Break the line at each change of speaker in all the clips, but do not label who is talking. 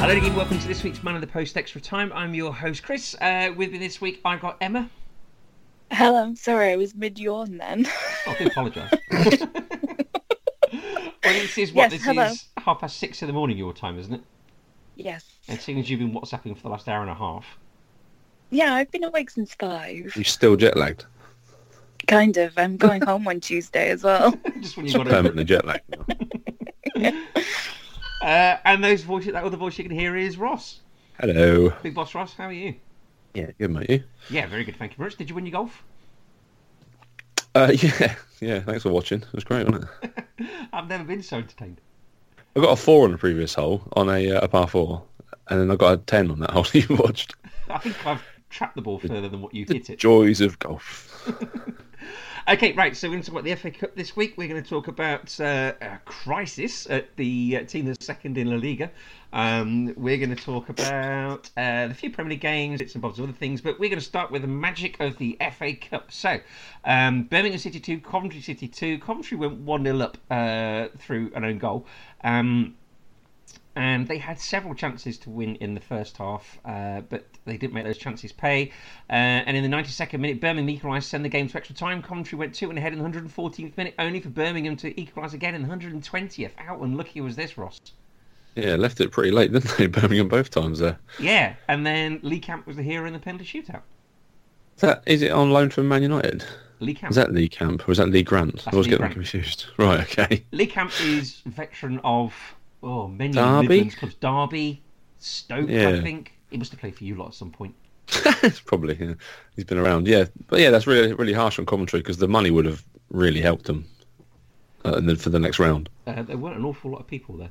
Hello again, welcome to this week's Man of the Post Extra Time. I'm your host, Chris. Uh, with me this week, I've got Emma.
Hello, I'm sorry, I was mid yawn then.
Oh, I do apologise. well, this is what
Yes,
this
hello.
is half past six in the morning your time, isn't it?
yes.
And seeing as you've been WhatsApping for the last hour and a half,
Yeah, I've been awake since five.
You're still jet lagged.
Kind of. I'm going home on Tuesday as well.
just when you've got to.
Permanently jet lagged now.
Uh, and those voice, that other voice you can hear is Ross.
Hello.
Big Boss Ross, how are you?
Yeah, good mate. You?
Yeah, very good, thank you very much. Did you win your golf?
Uh, yeah, yeah. Thanks for watching. It was great, wasn't it?
I've never been so entertained.
I got a four on the previous hole on a uh, a par four, and then I got a ten on that hole you watched.
I think I've trapped the ball further than what you've hit it.
Joys of golf.
Okay, right. So we're going to talk about the FA Cup this week. We're going to talk about uh, a crisis at the uh, team that's second in La Liga. Um, we're going to talk about uh, the few Premier League games, bits and bobs of other things. But we're going to start with the magic of the FA Cup. So um, Birmingham City two, Coventry City two. Coventry went one 0 up uh, through an own goal. Um, and Um, they had several chances to win in the first half, uh, but they didn't make those chances pay. Uh, and in the 92nd minute, Birmingham equalised, send the game to extra time. Coventry went two and ahead in the 114th minute, only for Birmingham to equalise again in the 120th. How unlucky was this, Ross?
Yeah, left it pretty late, didn't they? Birmingham both times there.
Yeah, and then Lee Camp was the hero in the penalty shootout.
Is that is it on loan from Man United?
Lee Camp.
Is that Lee Camp or is that Lee Grant? I always
Lee
get
Grant.
them confused. Right, okay.
Lee Camp is veteran of oh many
Derby?
Midlands clubs, Derby, Stoke, I
Yeah.
think. He must have played for you lot at some point.
Probably. Yeah. He's been around. Yeah, but yeah, that's really really harsh on commentary because the money would have really helped them, uh, and then for the next round.
Uh, there weren't an awful lot of people there.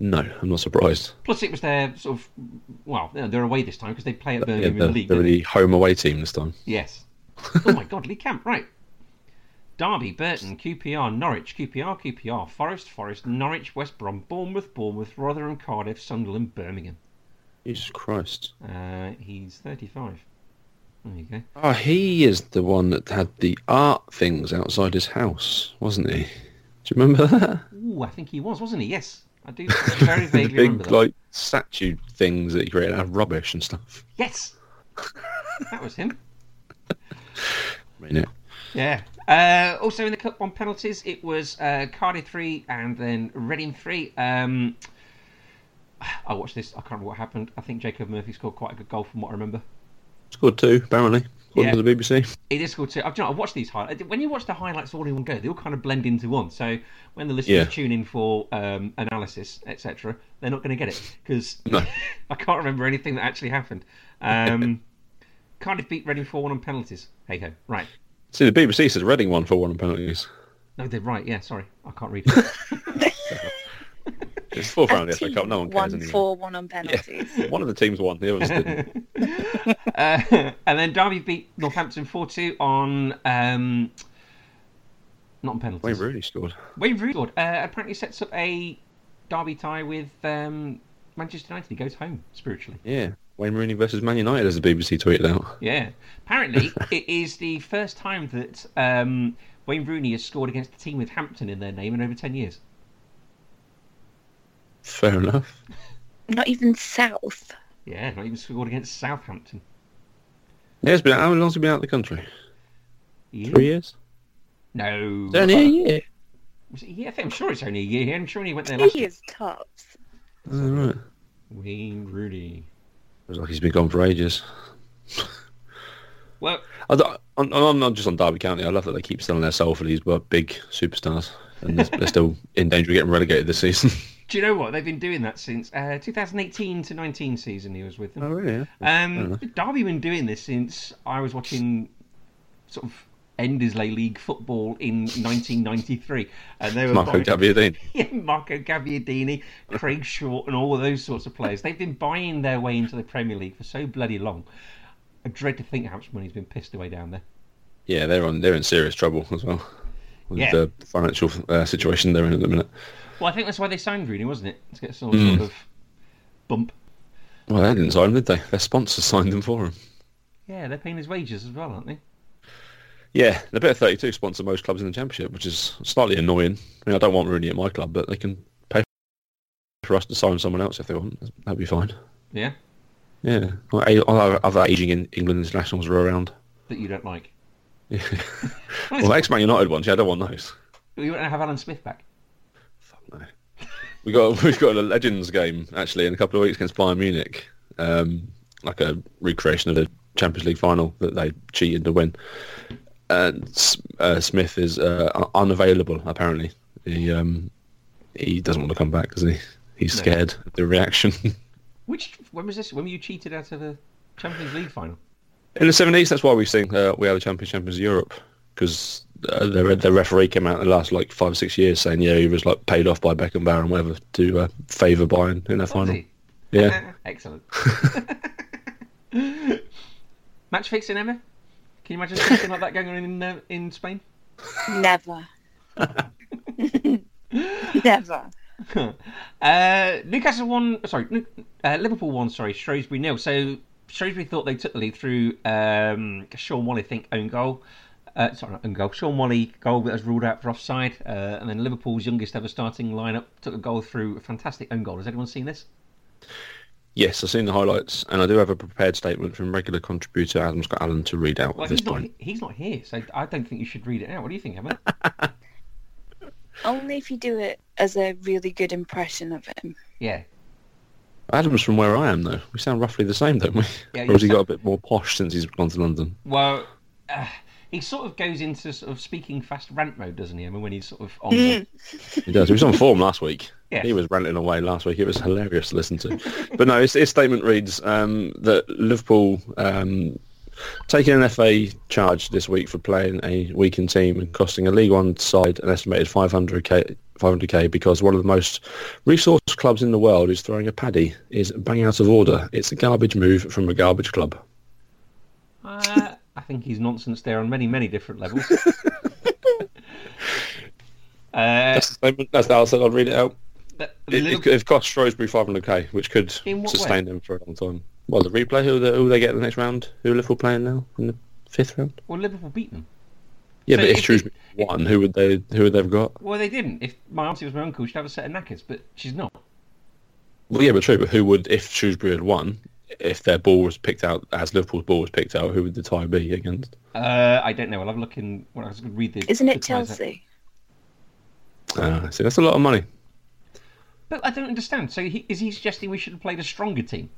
No, I'm not surprised.
Plus, it was their sort of well, you know, they're away this time because they play at
Yeah,
Birmingham
they're,
in the league.
they're
don't
the home away team this time.
they? Yes. oh my God, Lee Camp, right? Derby, Burton, QPR, Norwich, QPR, QPR, Forest, Forest, Norwich, West Brom, Bournemouth, Bournemouth, Rotherham, Cardiff, Sunderland, Birmingham.
Jesus Christ.
Uh, he's thirty-five. There you go.
Oh, he is the one that had the art things outside his house, wasn't he? Do you remember that?
Ooh, I think he was, wasn't he? Yes, I do very
the
vaguely remember
big
that.
like statue things that he created out of rubbish and stuff.
Yes, that was him.
I mean, yeah.
Yeah. Uh, also in the cup on penalties, it was uh, Cardiff three and then Reading three. Um, I watched this. I can't remember what happened. I think Jacob Murphy scored quite a good goal from what I remember.
Scored two, apparently, according
Yeah.
to the BBC.
He did score two. I've, do you know, I watched these highlights. When you watch the highlights all in one go, they all kind of blend into one. So when the listeners
Yeah.
tune in for um, analysis, etc., they're not going to get it because
No.
I can't remember anything that actually happened. Um, Cardiff beat Reading four one on penalties. Hey ho, right.
See, the BBC says Reading won for one on penalties.
No, they're right. Yeah, sorry, I can't read.
It's fourth round
A
of the FA
team
Cup. oh, No one cares
won
anyway.
four, one on penalties.
One of the teams won. The others didn't.
Uh, and then Derby beat Northampton 4 2 on. Um, not on
Wayne
penalties.
Rooney scored.
Wayne Rooney scored. Uh, apparently sets up a Derby tie with um, Manchester United. He goes home spiritually.
Yeah, Wayne Rooney versus Man United, as the BBC tweeted out.
Yeah. Apparently, it is the first time that um, Wayne Rooney has scored against a team with Hampton in their name in over 10 years.
Fair enough.
Not even South.
Yeah, not even scored against Southampton.
Yeah, it's been how long's he been out of the country?
Yeah.
Three years.
No.
It's only a year.
Was it a year? I think- I'm sure it's only a year. I'm sure he went there last
He is tops.
Oh, right.
Wayne Rooney.
It was like he's been gone for ages. I don't- I'm, I'm not just on Derby County. I love that they keep selling their soul for these uh, big superstars, and they're, they're still in danger of getting relegated this season.
Do you know what? They've been doing that since uh, 2018 to 19 season. He was with them.
Oh, really?
Um, Derby been doing this since I was watching sort of Endersley League football in 1993, and they were
Marco
buying-
Gabbiadini.
Yeah, Marco Gabbiadini, Craig Short, and all of those sorts of players. They've been buying their way into the Premier League for so bloody long. I dread to think how much money's been pissed away down there.
Yeah, they're on. They're in serious trouble as well with
Yeah.
the financial uh, situation they're in at the minute.
Well, I think that's why they signed Rooney, wasn't it? To get some
Mm.
sort of bump.
Well, they didn't sign him, did they? Their sponsors signed them for him.
Yeah, they're paying his wages as well, aren't they?
Yeah, the Bet 32 sponsor most clubs in the Championship, which is slightly annoying. I mean, I don't want Rooney at my club, but they can pay for us to sign someone else if they want. That'd be fine.
Yeah,
Yeah, Or a- or other ageing in England internationals are around.
that you don't like.
Well, ex-Man United ones. Yeah, I don't want those.
You want to have Alan Smith back?
Fuck no. We got we've got a Legends game actually in a couple of weeks against Bayern Munich, um, like a recreation of the Champions League final that they cheated to win. And S- uh, Smith is uh, un- unavailable apparently. He um, he doesn't want to come back, does he? He's
No.
scared of the reaction.
Which when was this? When were you cheated out of the Champions League final?
in the seventies, that's why we sing uh, "We Are the Champions, Champions of Europe" because uh, the, the referee came out in the last like five or six years saying, "Yeah, he was like paid off by Beckenbauer and whatever to uh, favour Bayern in their
Was
final."
he?
Yeah.
Excellent. Match fixing, Emma. Can you imagine something like that going on in uh, in Spain?
Never. Never.
Uh, Newcastle won. Sorry, New- uh, Liverpool won. Sorry, Shrewsbury nil. So Shrewsbury thought they took the lead through um, Sean Wally, I think own goal. Uh, sorry, not own goal. Sean Wally goal that was ruled out for offside, uh, and then Liverpool's youngest ever starting lineup took a goal through a fantastic own goal. Has anyone seen this?
Yes, I've seen the highlights, and I do have a prepared statement from regular contributor Adam Scott Allen to read out
Well,
at this
he's not,
point.
he's not here, so I don't think you should read it out. What do you think, Emma?
Only if you do it as a really good impression of him.
yeah,
Adam's from where I am, though. We sound roughly the same, don't we?
Yeah,
or has he
you-
got a bit more posh since he's gone to London?
Well, uh, he sort of goes into sort of speaking fast rant mode, doesn't he? I mean, when he's sort of on. the-
He does. He was on form last week.
Yeah.
He was ranting away last week. It was hilarious to listen to. but no, his, his statement reads um, that Liverpool um, taking an FA charge this week for playing a weakened team and costing a League One side an estimated 500k, 500k because one of the most resourced clubs in the world is throwing a paddy is bang out of order. It's a garbage move from a garbage club.
Uh, I think he's nonsense there on many, many different levels. uh,
That's the statement. That's how I said I'd read it out.
but the
It,
Liverpool-
it, it cost Shrewsbury 500k, which could
In what
sustain them for a long time. Well, the replay, who, the, who they get in the next round? Who are Liverpool playing now in the fifth round?
well, Liverpool beat them.
Yeah,
So
but if
if
Shrewsbury won, who would they? Who would they've got?
Well, they didn't. If my auntie was my uncle, she'd have a set of knackers, but she's not.
Well, yeah, but true. But who would if Shrewsbury had won? If their ball was picked out, as Liverpool's ball was picked out, who would the tie be against?
Uh, I don't know. I'll have a look in. Well, I was going to read the.
Isn't
the
it
ties out.
Chelsea?
Uh, see, that's a lot of money.
But I don't understand. So he, is he suggesting we should have played a stronger team,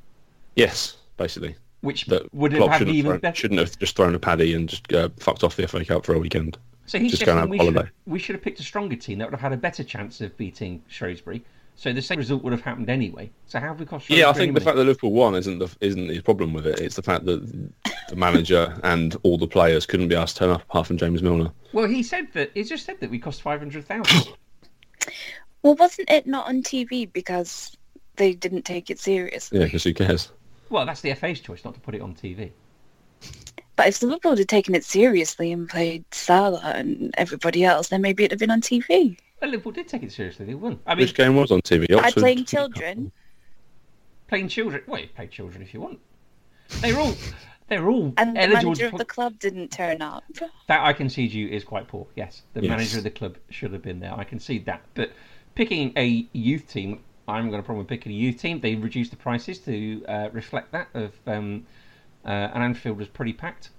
Yes, basically.
which
That
would have
Klopp
had
shouldn't,
even
have thrown,
better?
shouldn't have just thrown a paddy and just uh, fucked off the FA Cup for a weekend.
So he's
Just
just
going
saying
on
we should, have,
holiday.
we should have picked a stronger team that would have had a better chance of beating Shrewsbury. So the same result would have happened anyway. So how have we got Shrewsbury?
Yeah, I think the
anyway?
fact that Liverpool won isn't the isn't the problem with it. It's the fact that the manager and all the players couldn't be asked to turn up apart from James Milner.
Well, he said that. He just said that we cost five hundred thousand.
Well, wasn't it not on TV because they didn't take it seriously?
Yeah, because who cares?
well, that's the FA's choice not to put it on TV.
But if Liverpool had taken it seriously and played Salah and everybody else, then maybe it'd have been on TV.
But Liverpool did take it seriously. They won. I mean,
Which game was on TV?
By
Oxford?
playing children,
playing children. Well, you play children if you want. They're all. They're all
and the
eligible.
manager
for-
of the club didn't turn up.
That I concede you is quite poor. Yes, the
Yes.
manager of the club should have been there. I concede that. But picking a youth team, I haven't got a problem with picking a youth team. They reduced the prices to uh, reflect that. Of um, uh, and Anfield was pretty packed.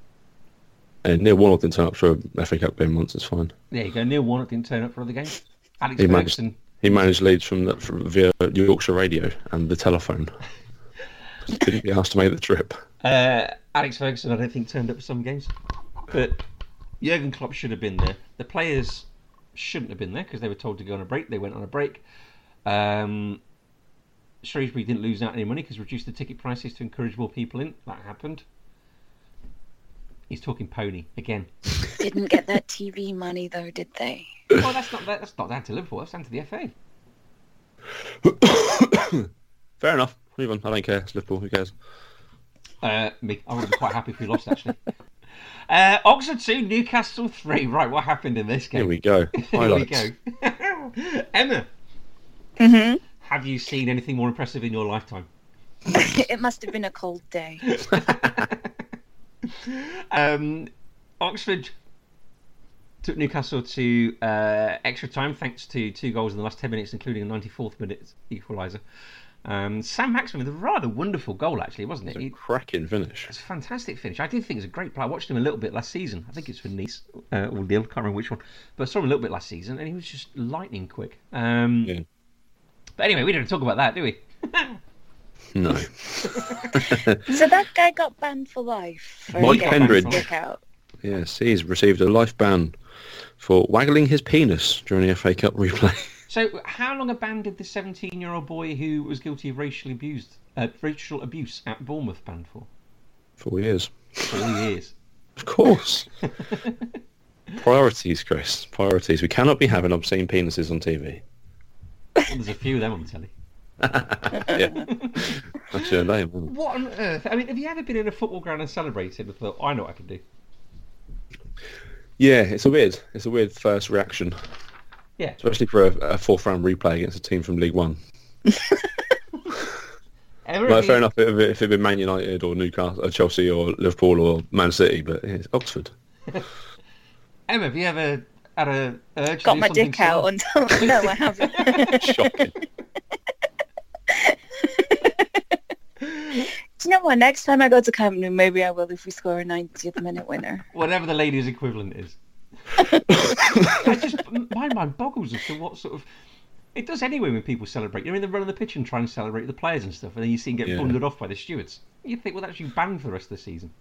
And Neil Warnock didn't turn up for a FA Cup game once. It's fine.
There you go. Neil Warnock didn't turn up for other games. Alex
He managed.
Ferguson.
He managed Leeds from, the, from via Yorkshire radio and the telephone. Just couldn't be asked to make the trip.
Uh, Alex Ferguson, I don't think turned up for some games. But Jurgen Klopp should have been there. The players shouldn't have been there because they were told to go on a break. They went on a break. Um, Shrewsbury didn't lose out any money because reduced the ticket prices to encourage more people in. That happened. He's talking pony again.
Didn't get that TV money though, did they?
well, that's not that's not down to Liverpool. That's down to the FA.
Fair enough. Move on. I don't care. It's Liverpool. Who cares?
Uh, me, I would have been quite happy if we lost actually. Uh, Oxford two, Newcastle three. Right, what happened in this
Here
game?
we go.
Here we
Highlights.
go. Emma,
hmm
have you seen anything more impressive in your lifetime?
it must have been a cold day.
um, Oxford took Newcastle to uh, extra time thanks to two goals in the last 10 minutes, including a 94th minute equaliser. Um, Sam Maxman with a rather wonderful goal, actually, wasn't it?
It's a
He-
cracking finish.
It's a fantastic finish. I do think he's a great player. I watched him a little bit last season. I think it's for Nice uh, or Lille, can't remember which one. But I saw him a little bit last season, and he was just lightning quick. Um,
Yeah.
But anyway, we don't talk about that, do we?
No.
So that guy got banned for life. for
Mike
getting his
Pendridge.
dick out.
Yes, he's received a life ban for waggling his penis during the FA Cup replay.
So, how long a ban did the 17-year-old boy who was guilty of racially abused, uh, racial abuse at Bournemouth ban for?
Four years.
Four years.
Of course. Priorities, Chris. Priorities. We cannot be having obscene penises on TV.
Well, there's a few of them on telly.
Yeah. That's your name. isn't
What on earth? I mean, have you ever been in a football ground and celebrated and thought, "I know what I can do"?
it? Yeah, it's a weird. It's a weird first reaction,
Yeah.
especially for a, a fourth-round replay against a team from League One.
Ever
No,
have you-
fair enough. If it, if it'd been Man United or Newcastle, or Chelsea or Liverpool or Man City, but it's Oxford.
Emma, have you ever had a urge? to
Got
do
my
something
dick out
silly?
until no, I haven't.
Shocking.
Do you know what? Next time I go to Camp Nou, maybe I will if we score a 90th minute winner.
Whatever the ladies' equivalent is. I just my mind boggles as to what sort of. It does anyway when people celebrate. You're in the run of the pitch and try and celebrate the players and stuff, and then you see them get
Yeah.
bundled off by the stewards. You think, well, that's you banned for the rest of the season.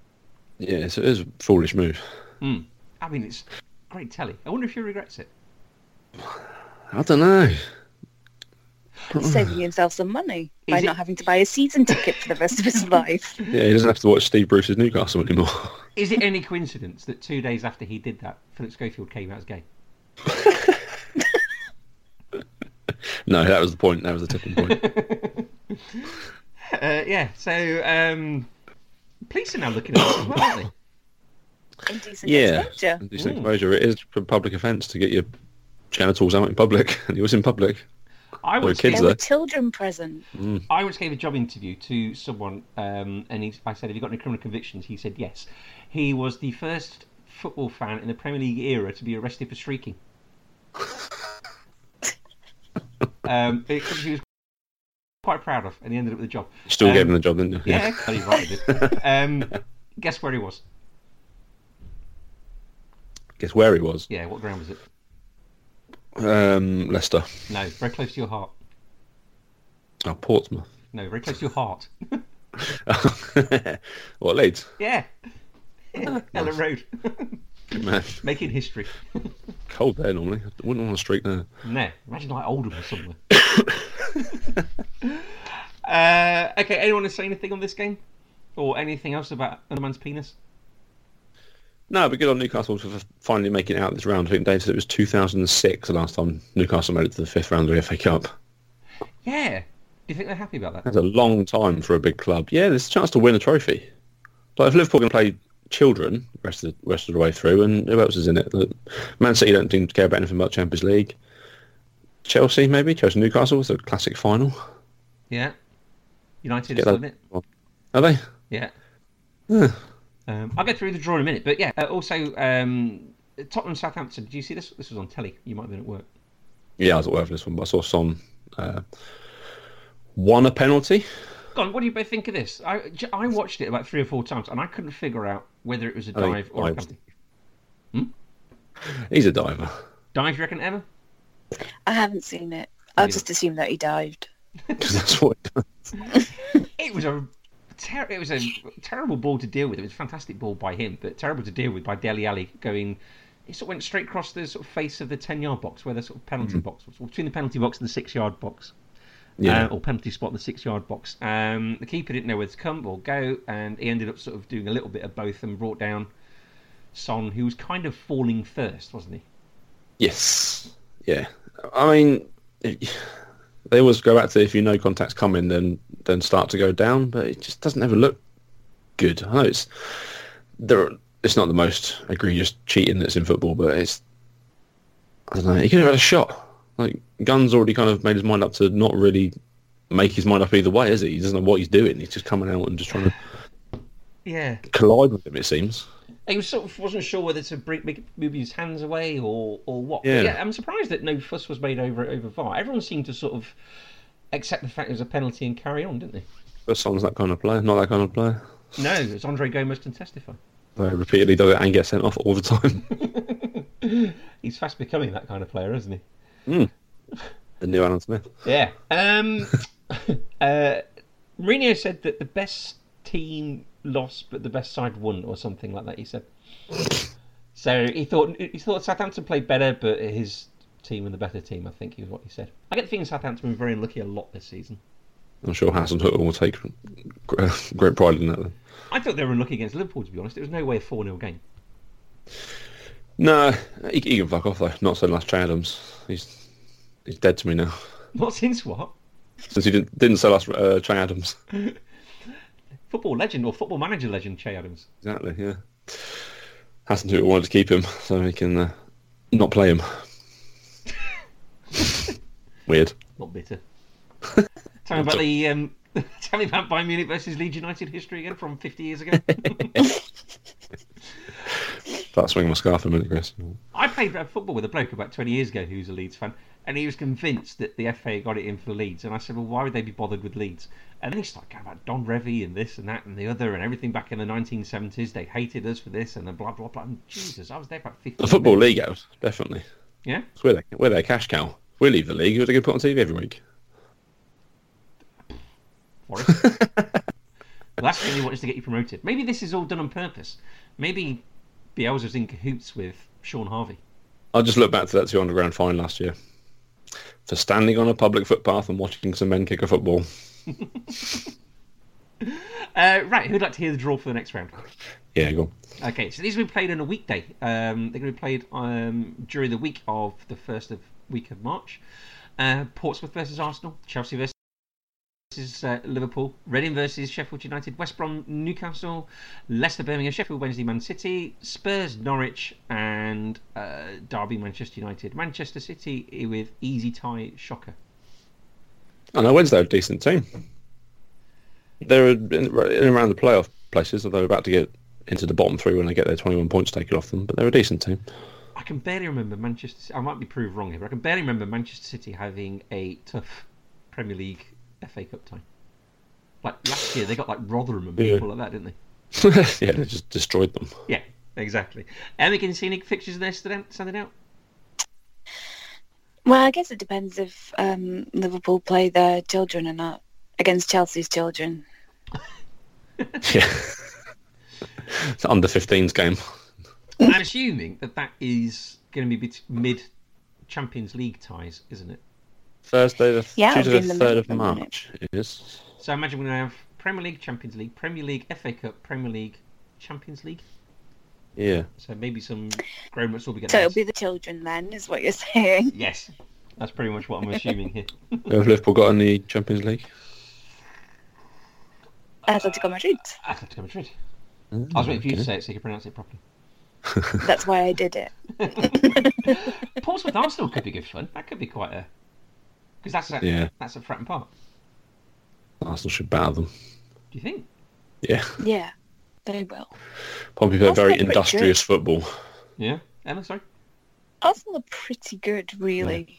yeah, so it is a foolish move.
I mean, it's great telly. I wonder if she regrets it.
I don't know.
He's saving himself some money by
Is it-
not having to buy a season ticket for the rest of his life.
Yeah, he doesn't have to watch Steve Bruce's Newcastle anymore.
Is it any coincidence that two days after he did that, Philip Schofield came out as gay?
no, that was the point. That was the tipping point.
Uh, yeah, so um, police are now looking at this as well, aren't they?
Indecent
Yeah.
exposure.
Indecent
Mm.
exposure. It is a public offence to get your genitals out in public. And it was in public.
I
There were
once,
kids
gave,
There
though.
were children present.
I once gave a job interview to someone, um, and he, I said, Have you got any criminal convictions? He said, Yes. He was the first football fan in the Premier League era to be arrested for shrieking. um, it, he was quite proud of, and he ended up with a job.
You still
Um,
gave him the job, didn't you?
Yeah, bloody right he did. Um, guess where he was?
Guess where he was?
Yeah, what ground was it?
Um, Leicester.
No, very close to your heart.
Oh, Portsmouth.
No, very close to your heart.
what, Leeds?
yeah. Ellen Road.
Good man.
Making history.
Cold there normally. I wouldn't want to streak there.
No, imagine like Oldham or somewhere. uh, okay, anyone to say anything on this game? Or anything else about another man's penis?
No, but good on Newcastle for finally making it out this round. I think Dave said it was 2006 the last time Newcastle made it to the fifth round of the FA Cup.
Yeah. Do you think they're happy about that?
That's a long time for a big club. Yeah, there's a chance to win a trophy. Like if Liverpool can play children the rest of the rest of the way through, and who else is in it? Look, Man City don't seem to care about anything about Champions League. Chelsea maybe Chelsea Newcastle was a classic final.
Yeah. United
Get
is still
that-
in it.
Are they?
Yeah. um, I'll get through the draw in a minute. But yeah, uh, also, um, Tottenham Southampton. Did you see this? This was on telly. You might have been at work.
Yeah, I was aware of this one, but I saw Son uh, won a penalty.
God, what do you both think of this? I, j- I watched it about three or four times and I couldn't figure out whether it was a
Oh, I think
dive or a
dives.
penalty.
He's a diver.
Dive, you reckon, Emma?
I haven't seen it. I'll
Neither.
just assume that he dived.
'Cause that's what.
It was a ter- it was a terrible ball to deal with. It was a fantastic ball by him, but terrible to deal with by Deli Ali going. It sort of went straight across the sort of face of the ten-yard box, where the sort of penalty box was, or between the penalty box and the six-yard box,
Yeah.
uh, or penalty spot in the six-yard box. Um, the keeper didn't know whether to come or go, and he ended up sort of doing a little bit of both and brought down Son, who was kind of falling first, wasn't he?
Yes. Yeah. I mean, it- they always go back to if you know contact's coming, then then start to go down. But it just doesn't ever look good. I know it's there. It's not the most egregious cheating that's in football, but it's I don't know. He could have had a shot. Like Gunn's already kind of made his mind up to not really make his mind up either way, is he? He doesn't know what he's doing. He's just coming out and just trying to
Yeah,
collide with him. It seems.
he was sort of wasn't sure whether to bring, make, move his hands away or or what. But
Yeah.
I'm surprised that no fuss was made over over VAR. Everyone seemed to sort of accept the fact it was a penalty and carry on, didn't they?
But Son's that kind of player, not that kind of player.
No, as Andre Gomez can testify,
They repeatedly does it and gets sent off all the time.
he's fast becoming that kind of player, isn't he?
the new Alan Smith.
Yeah. Um, uh, Mourinho said that the best team lost, but the best side won, or something like that. He said. So he thought he thought Southampton played better, but his team were the better team. I think is what he said. I get the feeling Southampton have been very unlucky a lot this season.
I'm sure Hassan Hooker will take gr- great pride in that. Then.
I thought they were unlucky against Liverpool. To be honest, it was no way a four 0 game.
No, he, he can fuck off though. Not so last Trey Adams. He's he's dead to me now.
Not since what
Since he didn't didn't sell us uh, Trey Adams.
football legend or football manager legend Che Adams.
Exactly. Yeah. Hassan Hooker wanted to keep him so he can uh, not play him. Weird.
Not bitter. Tell me about the um, tell me about Bayern Munich versus Leeds United history again from fifty years ago.
Start swinging my scarf in a minute, Chris.
I played football with a bloke about 20 years ago who was a Leeds fan, and he was convinced that the FA got it in for Leeds. And I said, Well, why would they be bothered with Leeds? And then he started going about Don Revy and this and that and the other and everything back in the 1970s. They hated us for this and the blah, blah, blah. And Jesus, I was there about 50.
The football league out definitely.
Yeah?
It's We're their, we're their cash cow. We leave the league. We're going to put on TV every week.
Forest. well, that's what you want is to get you promoted. Maybe this is all done on purpose. Maybe Bielsa's in cahoots with Sean Harvey.
I'll just look back to that 200 grand fine last year for standing on a public footpath and watching some men kick a football.
Uh, right, who'd like to hear the draw for the next round?
Yeah, go. on.
Okay, so these will be played on a weekday. Um, they're going to be played um, during the week of the first of week of March. Uh, Portsmouth versus Arsenal, Chelsea versus uh, Liverpool, Reading versus Sheffield United, West Brom, Newcastle, Leicester, Birmingham, Sheffield Wednesday, Man City, Spurs, Norwich, and uh, Derby, Manchester United, Manchester City i- with easy tie shocker.
I know Wednesday are a decent team. They're in, in and around the playoff places, although they're about to get into the bottom three when they get their 21 points taken off them, but they're a decent team.
I can barely remember Manchester. Ci- I might be proved wrong here, but I can barely remember Manchester City having a tough Premier League FA Cup time. Like last year, they got like Rotherham and
Yeah.
people like that, didn't they?
yeah, they just destroyed them.
Yeah, exactly. Emma, can you see any fixtures there stand standing out?
Well, I guess it depends if um, Liverpool play their children or not against Chelsea's children.
Yeah. it's an under 15s game.
I'm assuming that that is going to be bet- mid Champions League ties, isn't it?
Thursday, the,
Yeah, it'll
Tuesday,
be
the
in the
3rd of
middle, won't it?
March. It is.
So I imagine we're going to have Premier League, Champions League, Premier League, FA Cup, Premier League, Champions League.
Yeah.
So maybe some grown ups will be getting.
So it'll
those.
be the children then, is what you're saying.
Yes, that's pretty much what I'm assuming here.
Have Liverpool got in the Champions League?
Atletico Madrid.
Atletico Madrid.
Mm,
I was waiting for you to say it so you could pronounce it properly.
That's why I did it.
Portsmouth Arsenal could be good fun. That could be quite a because that's a,
Yeah.
that's a Fratton Park.
Arsenal should batter them.
Do you think?
Yeah.
Yeah, they will.
Pompey play
Arsenal
very
are pretty
industrious football.
Yeah, Emma, sorry,
Arsenal are pretty good, really.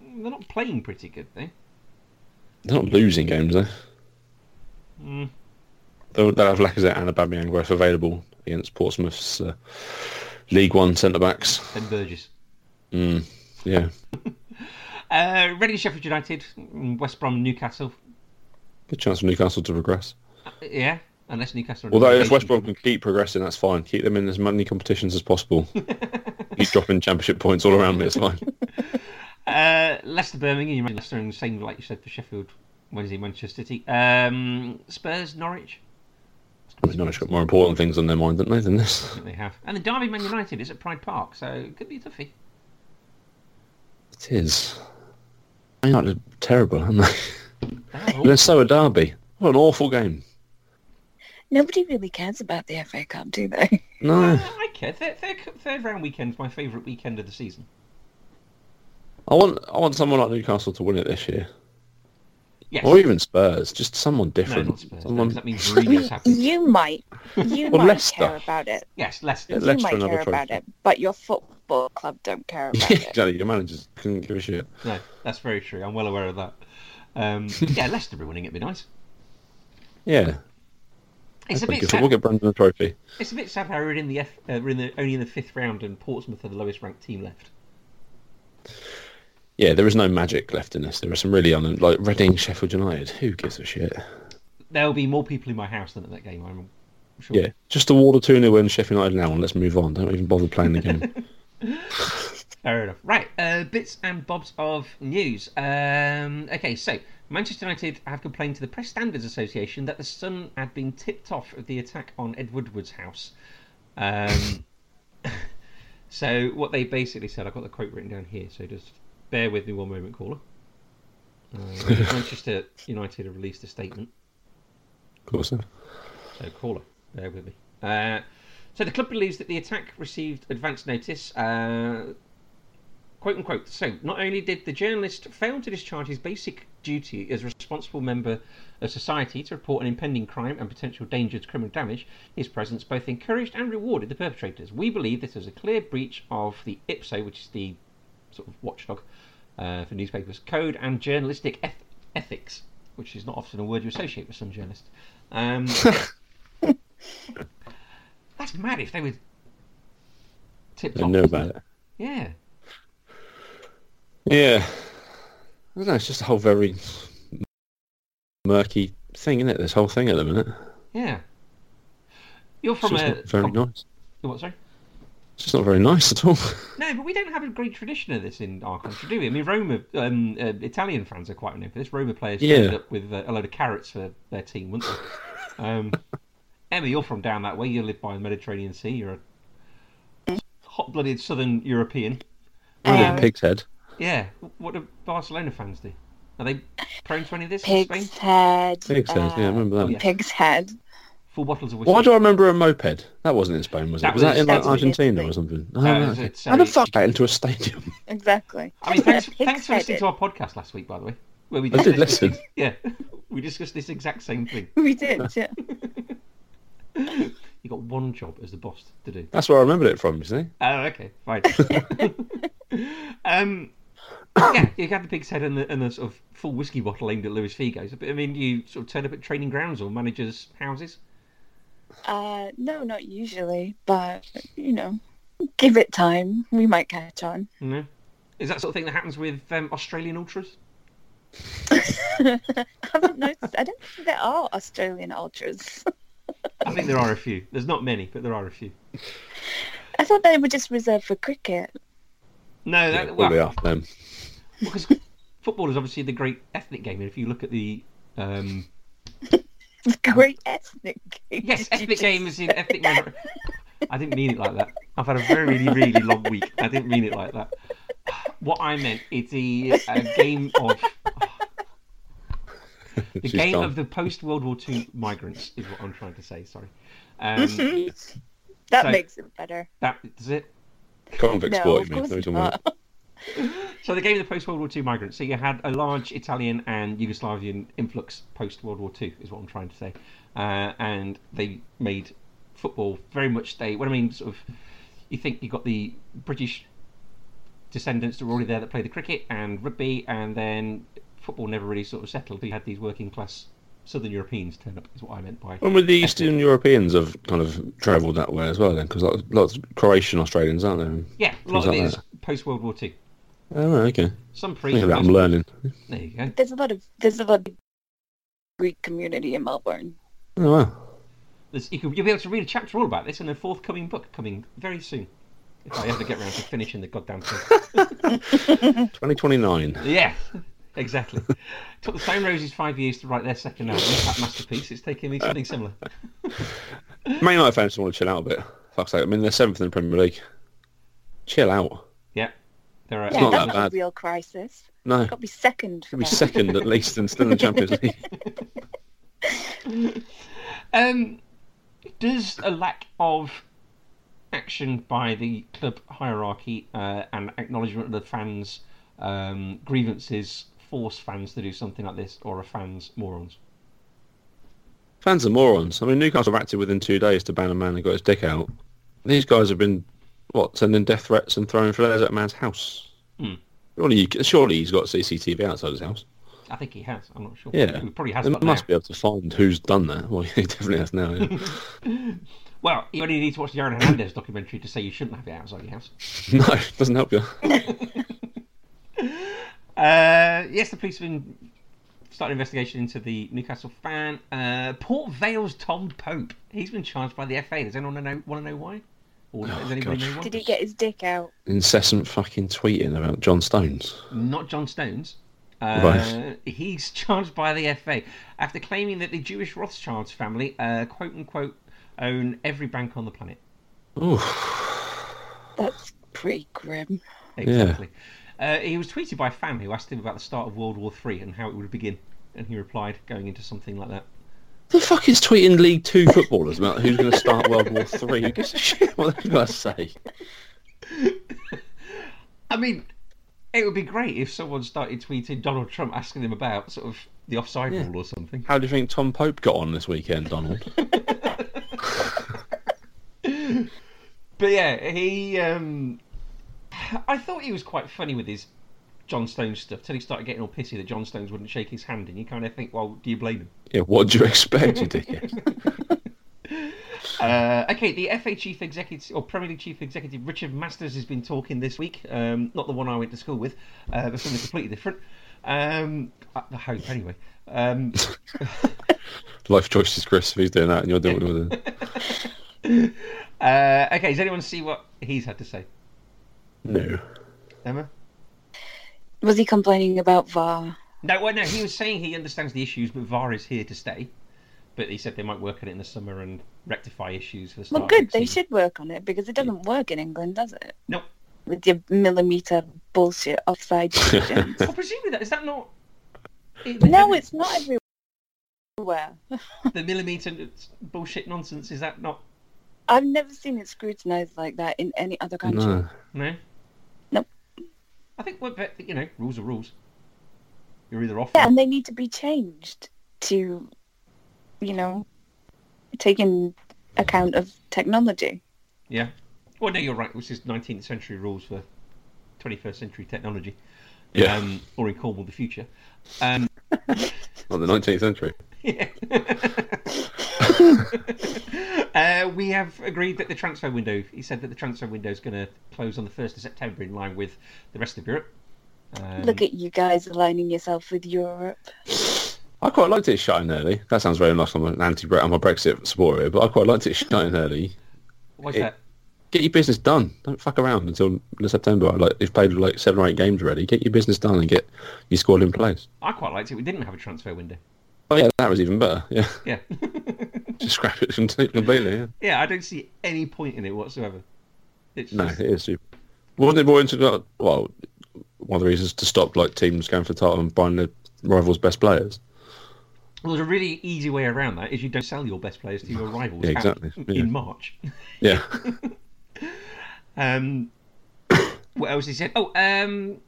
they're not playing pretty good though.
They're not losing games though.
Mm.
They'll, they'll have Lacazette and Aubameyang both available against Portsmouth's uh, League One centre backs.
And Burgess.
Mm. Yeah,
Uh, Reading, Sheffield United, mm, West Brom, Newcastle.
good chance for Newcastle to regress.
yeah, unless Newcastle. are
Although if
relegation.
West Brom can keep progressing, that's fine. Keep them in as many competitions as possible. keep dropping championship points all around me. It's fine.
Uh, Leicester, Birmingham, you mentioned Leicester, and same like you said for Sheffield Wednesday, Manchester City, um, Spurs, Norwich.
I mean, Norwich got more important things on their mind, don't they, than this?
They have, and the Derby, Man United is at Pride Park, so it could be a toughie.
It is. They are terrible, aren't they?
Oh,
And then so are Derby. What an awful game.
Nobody really cares about the FA Cup, do they?
No.
Uh, I care. Third, third, third round weekend's my favourite weekend of the season.
I want I want someone like Newcastle to win it this year.
Yes.
Or even Spurs. Just someone
no,
different.
not Spurs.
someone...
That means Mourinho's happy.
You might, you
Well,
might
Leicester.
care about it.
Yes, Leicester.
Yeah,
You
Leicester
might
another
care about
trophy.
it, but your football club don't care about it.
exactly. Your managers couldn't give a shit.
No, that's very true. I'm well aware of that. Um, yeah, Leicester be winning. It'd be nice.
Yeah.
It's a
We'll
bit.
give-
sad.
we'll get Brandon a trophy.
It's a bit sad how we're in the F, uh, we're in the only in the fifth round and Portsmouth are the lowest ranked team left.
Yeah, there is no magic left in this. There are some really un like Reading, Sheffield United. Who gives a shit?
There'll be more people in my house than at that game. I'm sure.
Yeah, just award a 2 0 win Sheffield United now and let's move on. Don't even bother playing the game.
Fair enough. Right, uh, bits and bobs of news. Um, okay, so Manchester United have complained to the Press Standards Association that the Sun had been tipped off of the attack on Ed Woodward's house. Um, so what they basically said, I've got the quote written down here, so just bear with me one moment, caller. Uh, Manchester United have released a statement.
of course. huh?
So caller, bear with me. Uh, so the club believes that the attack received advance notice. Uh, quote unquote. So not only did the journalist fail to discharge his basic duty as a responsible member of society to report an impending crime and potential danger to criminal damage, his presence both encouraged and rewarded the perpetrators. We believe this is a clear breach of the IPSO, which is the sort of watchdog uh, for newspapers, code and journalistic eth- ethics, which is not often a word you associate with some journalists. Um, that's mad if they were tipped
They
off.
know
isn't
about it.
Yeah.
Yeah. I don't know, it's just a whole very murky thing, isn't it? This whole thing at the minute.
Yeah. You're
It's
from
just
a
not very
com-
nice.
what? Sorry.
It's just not very nice at all.
No, but we don't have a great tradition of this in our country, do we? I mean, Roma, um, uh, Italian fans are quite known for this. Roma players
Yeah.
turned up with uh, a load of carrots for their team, weren't they? um, Emma, you're from down that way. You live by the Mediterranean Sea. You're a hot-blooded Southern European. Um,
Yeah, pig's head.
Yeah. What do Barcelona fans do? Are they prone to any of this in Spain?
Pig's head.
Pig's head, yeah, I
uh,
remember that.
yeah.
Pig's head.
Full bottles of whiskey.
Why do I remember a moped? That wasn't in Spain, was it?
That
was, that
was-
in like
that's what it is,
Argentina or
like-
something? Oh,
No, it
right,
was
okay.
at
How the
Sarri-
fuck that into a stadium?
Exactly.
I mean, thanks,
Pig's
thanks for listening
headed.
to our podcast last week, by the way. Where we
I did
discussed
listen.
this- Yeah, we discussed this exact same thing.
We did. Yeah.
You got one job as the boss to do.
That's where I remembered it from, you see?
Oh, okay, fine. um, yeah, you had the pig's head and the, and the sort of full whiskey bottle aimed at Luis Figo. So, but I mean, you sort of turn up at training grounds or managers' houses.
Uh,
No, not usually, but you know, give it time. We might catch on.
No, is that sort of thing that happens with um, Australian ultras?
I haven't noticed. I don't think there are Australian ultras.
I think there are a few. There's not many, but there are a few.
I thought they were just reserved for cricket.
No,
Yeah,
that, Uh, well,
probably after them.
because football is obviously the great ethnic game, and if you look at the um,
Great ethnic game.
Yes, ethnic games in ethnic. minor- I didn't mean it like that. I've had a very, really, really long week. I didn't mean it like that. What I meant is the uh, game of the
She's
game
gone.
of the post World War II migrants is what I'm trying to say. Sorry, um,
that
So-
makes it better.
that is it.
Convict
No,
sporting
of
me.
course
those are my-
not.
So the game of the post World War II migrants. So you had a large Italian and Yugoslavian influx post World War II, is what I'm trying to say, uh, and they made football very much. They what I mean, sort of. You think you got the British descendants that were already there that played the cricket and rugby, and then football never really sort of settled. You had these working class Southern Europeans turn up, is what I meant by.
When were the Eastern Europeans have kind of travelled that way as well then? Because lots, lots of Croatian Australians, aren't
Yeah, a lot of
like
it is
that.
post World War II.
they? Oh, right, okay.
Some pre.
Look at that, I'm learning.
There you go.
There's a lot of there's a lot of Greek community in Melbourne.
Oh, wow.
There's, you can, you'll be able to read a chapter all about this in a forthcoming book coming very soon. If I ever get round to finishing the goddamn thing.
2029.
Yeah, exactly. Took the Stone Roses five years to write their second album, that masterpiece. It's taking me something similar. Hmm?
Man United fans want to chill out a bit. Fuck's sake. I mean, they're seventh in the Premier League. Chill out.
Yeah, they're uh,
It's not
Yeah,
that
that was a
bad.
real crisis.
No.
Got to be second. For
Could be
that.
second at least and still in the Champions League.
Um, does a lack of action by the club hierarchy uh, and acknowledgement of the fans' um, grievances force fans to do something like this, or are fans morons?
Fans are morons. I mean, Newcastle acted within two days to ban a man who got his dick out. These guys have been, what, sending death threats and throwing flares at a man's house.
Hmm.
Surely, you- surely he's got CCTV outside his house.
I think he has. I'm not sure.
Yeah.
he probably has.
They
got
must
now.
be able to find who's done that. Well, he definitely has now. Yeah.
Well, you only need to watch the Aaron Hernandez documentary to say you shouldn't have it outside your house.
no, doesn't help you.
Uh, yes, the police have been starting an investigation into the Newcastle fan. Uh, Port Vale's Tom Pope. He's been charged by the FA. Does anyone know, want to know why? Or does anybody
God.
know why?
Did he get his dick out?
Incessant fucking tweeting about John Stones.
not John Stones. Uh,
Right.
He's charged by the FA after claiming that the Jewish Rothschilds family, uh, quote unquote, own every bank on the planet.
That's pretty grim.
Exactly. Uh, he was tweeted by a fan who asked him about the start of World War Three and how it would begin, and he replied, going into something like that.
The fuck is tweeting League Two footballers about who's going to start World War Three? Who gives a shit what they're going to say?
I mean, it would be great if someone started tweeting Donald Trump asking him about sort of the offside rule or something.
How do you think Tom Pope got on this weekend, Donald?
But yeah, he. Um, I thought he was quite funny with his John Stones stuff till he started getting all pissy that John Stones wouldn't shake his hand, and you kind of think, well, do you blame him?
Yeah, what do you expect, you dickhead?
Uh, okay, the FA chief executive or Premier League chief executive Richard Masters has been talking this week. Um, not the one I went to school with, uh, but something completely different. Um, I I hope anyway. Um,
Life choices, Chris. If he's doing that and you're doing what you're doing.
uh, okay, does anyone see what he's had to say?
No.
Emma.
Was he complaining about VAR?
No, well, no, he was saying he understands the issues, but VAR is here to stay. But he said they might work on it in the summer and rectify issues for the start.
Well,
of
good.
next
They
season.
should work on it because it doesn't work in England, does it?
No,
With your millimeter bullshit offside decisions.
well, presumably that is that not.
no, it's not everywhere.
the millimeter bullshit nonsense. Is that not
I've never seen it scrutinized like that in any other country.
No.
no?
Nope.
I think we're bet- you know rules are rules. You're either off.
Yeah,
or-
and they need to be changed to, you know, taking account of technology.
yeah. Well, no, you're right. Which is 19th century rules for 21st century technology,
Yeah.
um, or in Cornwall the future. Um,
Not the 19th century.
Uh, we have agreed that the transfer window. He said that the transfer window is going to close on the first of September, in line with the rest of Europe. Um,
Look at you guys aligning yourself with Europe.
I quite liked it shutting early. That sounds very nice. I'm an anti Brexit. I'm a Brexit supporter, here, but I quite liked it shutting early.
why's
it-
that?
Get your business done. Don't fuck around until September. Like you've played like seven or eight games already. Get your business done and get your squad in place.
I quite liked it. We didn't have a transfer window.
Oh yeah, that was even better. Yeah,
Yeah,
just scrap it completely. Yeah.
yeah. I don't see any point in it whatsoever. It's
No,
just-
it is. Super. Wasn't it more into uh, well, one of the reasons to stop like teams going for the title and buying the rivals' best players.
well, there's a really easy way around that is you don't sell your best players to your rivals
Yeah,
out
exactly. Yeah.
in March.
Yeah,
Um, what else he said? Oh, um,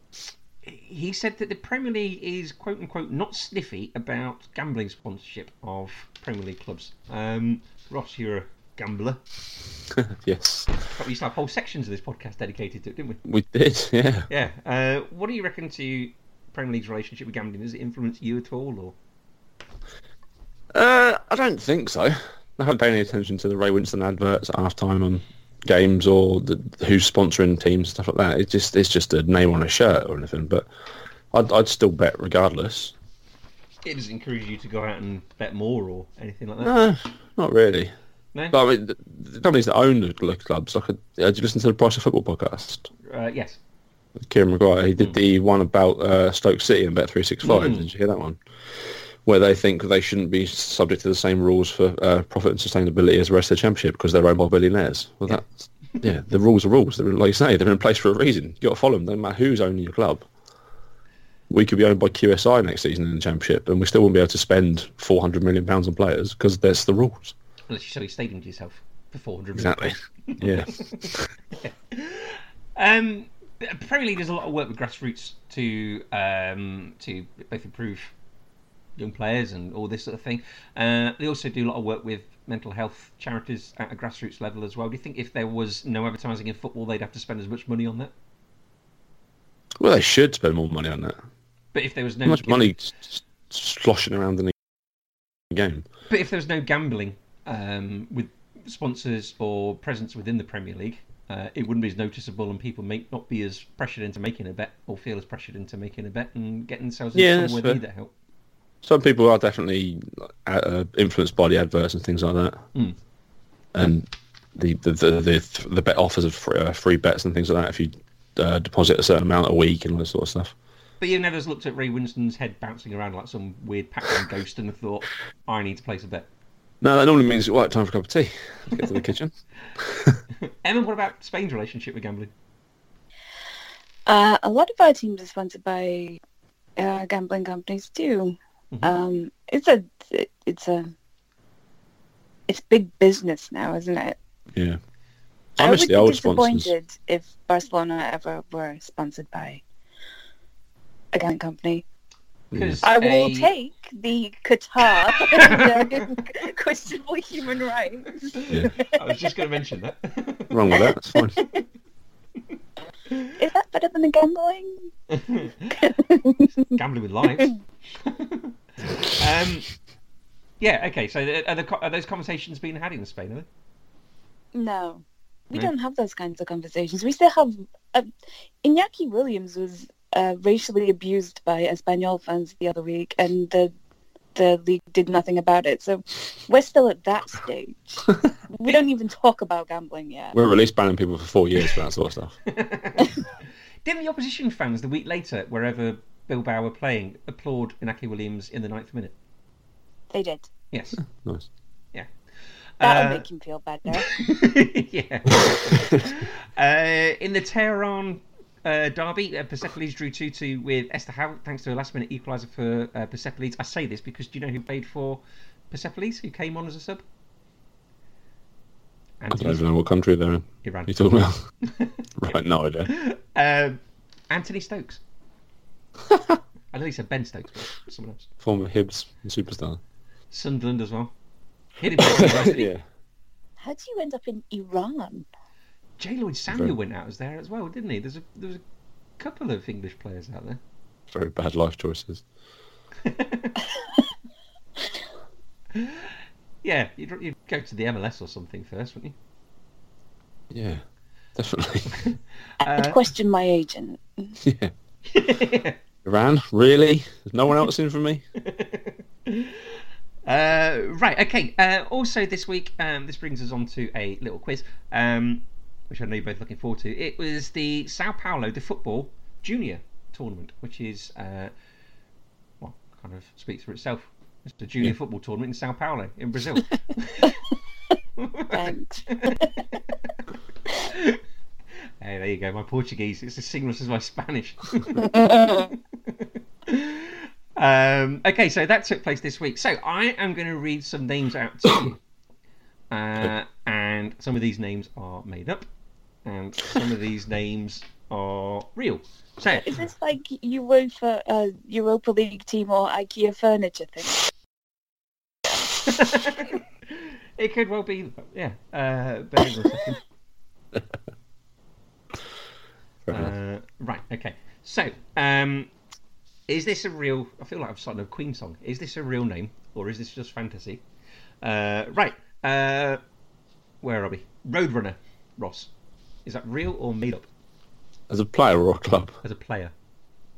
he said that the Premier League is quote unquote not sniffy about gambling sponsorship of Premier League clubs. Um, Ross, you're a gambler.
yes,
We used to have whole sections of this podcast dedicated to it, didn't we?
we did. Yeah,
Yeah. Uh, what do you reckon to Premier League's relationship with gambling? Does it influence you at all? Or
uh, I don't think so. I haven't paid any attention to the Ray Winston adverts at halftime on games or the, who's sponsoring teams stuff like that. It's just it's just a name on a shirt or anything. But I'd, I'd still bet regardless.
it doesn't encourage you to go out and bet more or anything like that.
No, not really.
No?
But I mean, the, the companies that own the gl- clubs, like, uh, did you listen to the Price of Football podcast?
Uh, yes.
with Kieran McGuire, he did the one about uh, Stoke City and Bet365. Did you hear that one? Where they think they shouldn't be subject to the same rules for uh, profit and sustainability as the rest of the championship because they're owned by billionaires. Well, that's, yeah, the rules are rules. They're, in- like you say, they're in place for a reason. You've got to follow them, no matter who's owning your club. We could be owned by QSI next season in the championship and we still wouldn't be able to spend £400 million on players because that's the rules.
Unless you sell your stadium to yourself for 400 million.
Exactly. Yeah.
Um, the Premier League does a lot of work with grassroots to um, to both improve young players and all this sort of thing. Uh, they also do a lot of work with mental health charities at a grassroots level as well. Do you think if there was no advertising in football, they'd have to spend as much money on that?
well, they should spend more money on that.
But if there was no
How much money s- s- sloshing around in a game?
but if there was no gambling um, with sponsors or presence within the Premier League, uh, it wouldn't be as noticeable, and people may not be as pressured into making a bet or feel as pressured into making a bet and getting themselves into
Yeah,
yeah,
that's
somewhere they
fair.
need that help.
Some people are definitely uh, influenced by the adverts and things like that,
Mm.
and the the, the the the bet offers of free, uh, free bets and things like that if you uh, deposit a certain amount a week and all this sort of stuff.
But you never looked at Ray Winston's head bouncing around like some weird Pac-Man ghost and thought, "I need to place a bet."
No, that normally means right time for a cup of tea. Let's get to the kitchen.
Emma, what about Spain's relationship with gambling?
Uh, a lot of our teams are sponsored by uh, gambling companies too.
Mhm.
Um, it's a it's a it's big business now, isn't it?
Yeah, I miss
would
the
be
old
disappointed
sponsors.
if Barcelona ever were sponsored by a gambling company.
Because
I will
a-
take the Qatar and, uh, questionable human rights.
Yeah,
I was just going to mention that.
wrong with that. It's fine.
Is that better than the gambling?
gambling with lives. um, yeah. Okay. So are, the, co- are those conversations being had in Spain? Are they?
No, we
No?
don't have those kinds of conversations. We still have. Uh, Iñaki Williams was uh, racially abused by Espanol fans the other week, and the the league did nothing about it. So we're still at that stage. we don't even talk about gambling yet.
We're at least banning people for four years for that sort of stuff.
Didn't the opposition fans the week later, wherever Bilbao were playing, applaud Inaki Williams in the ninth minute?
They did.
Yes.
Nice.
That'll
Uh,
make him feel better.
yeah. uh, in the Tehran uh, derby, uh, Persepolis drew 2 2 with Esther Howe, thanks to a last minute equaliser for uh, Persepolis. I say this because do you know who played for Persepolis, who came on as a sub?
I don't
Anthony
even know what country they're in.
Iran.
You talking about? right, no idea.
Um, Anthony Stokes. I know he said Ben Stokes, but someone else.
Former Hibs superstar.
Sunderland as well. Hit him with one last week.
yeah.
How do you end up in Iran?
J. Lloyd Samuel went out as there as well, didn't he? There's a there was a couple of English players out there.
Very bad life choices.
Yeah, you'd, you'd go to the MLS or something first, wouldn't you?
Yeah, definitely.
Uh,
I'd question my agent.
yeah. Iran, really? There's no one else in for me?
Uh, right, okay. Uh, also, this week, um, this brings us on to a little quiz, um, which I know you're both looking forward to. It was the Sao Paulo de Football Junior Tournament, which is, uh, well, kind of speaks for itself. It's the junior football tournament in Sao Paulo, in Brazil.
Thanks.
Hey, there you go. My Portuguese its as seamless as my Spanish. um, okay, so that took place this week. So I am going to read some names out to you. Uh, and some of these names are made up, and some of these names are real. So,
Is this like you were for a Europa League team or IKEA furniture thing?
it could well be, yeah. Uh, bear with me a second.
Fair enough.
Uh, right, okay. So, um, is this a real? I feel like I've started a Queen song. Is this a real name or is this just fantasy? Uh, right. Uh, where are we? Roadrunner, Ross. Is that real or made up
As a player or a club?
as a player?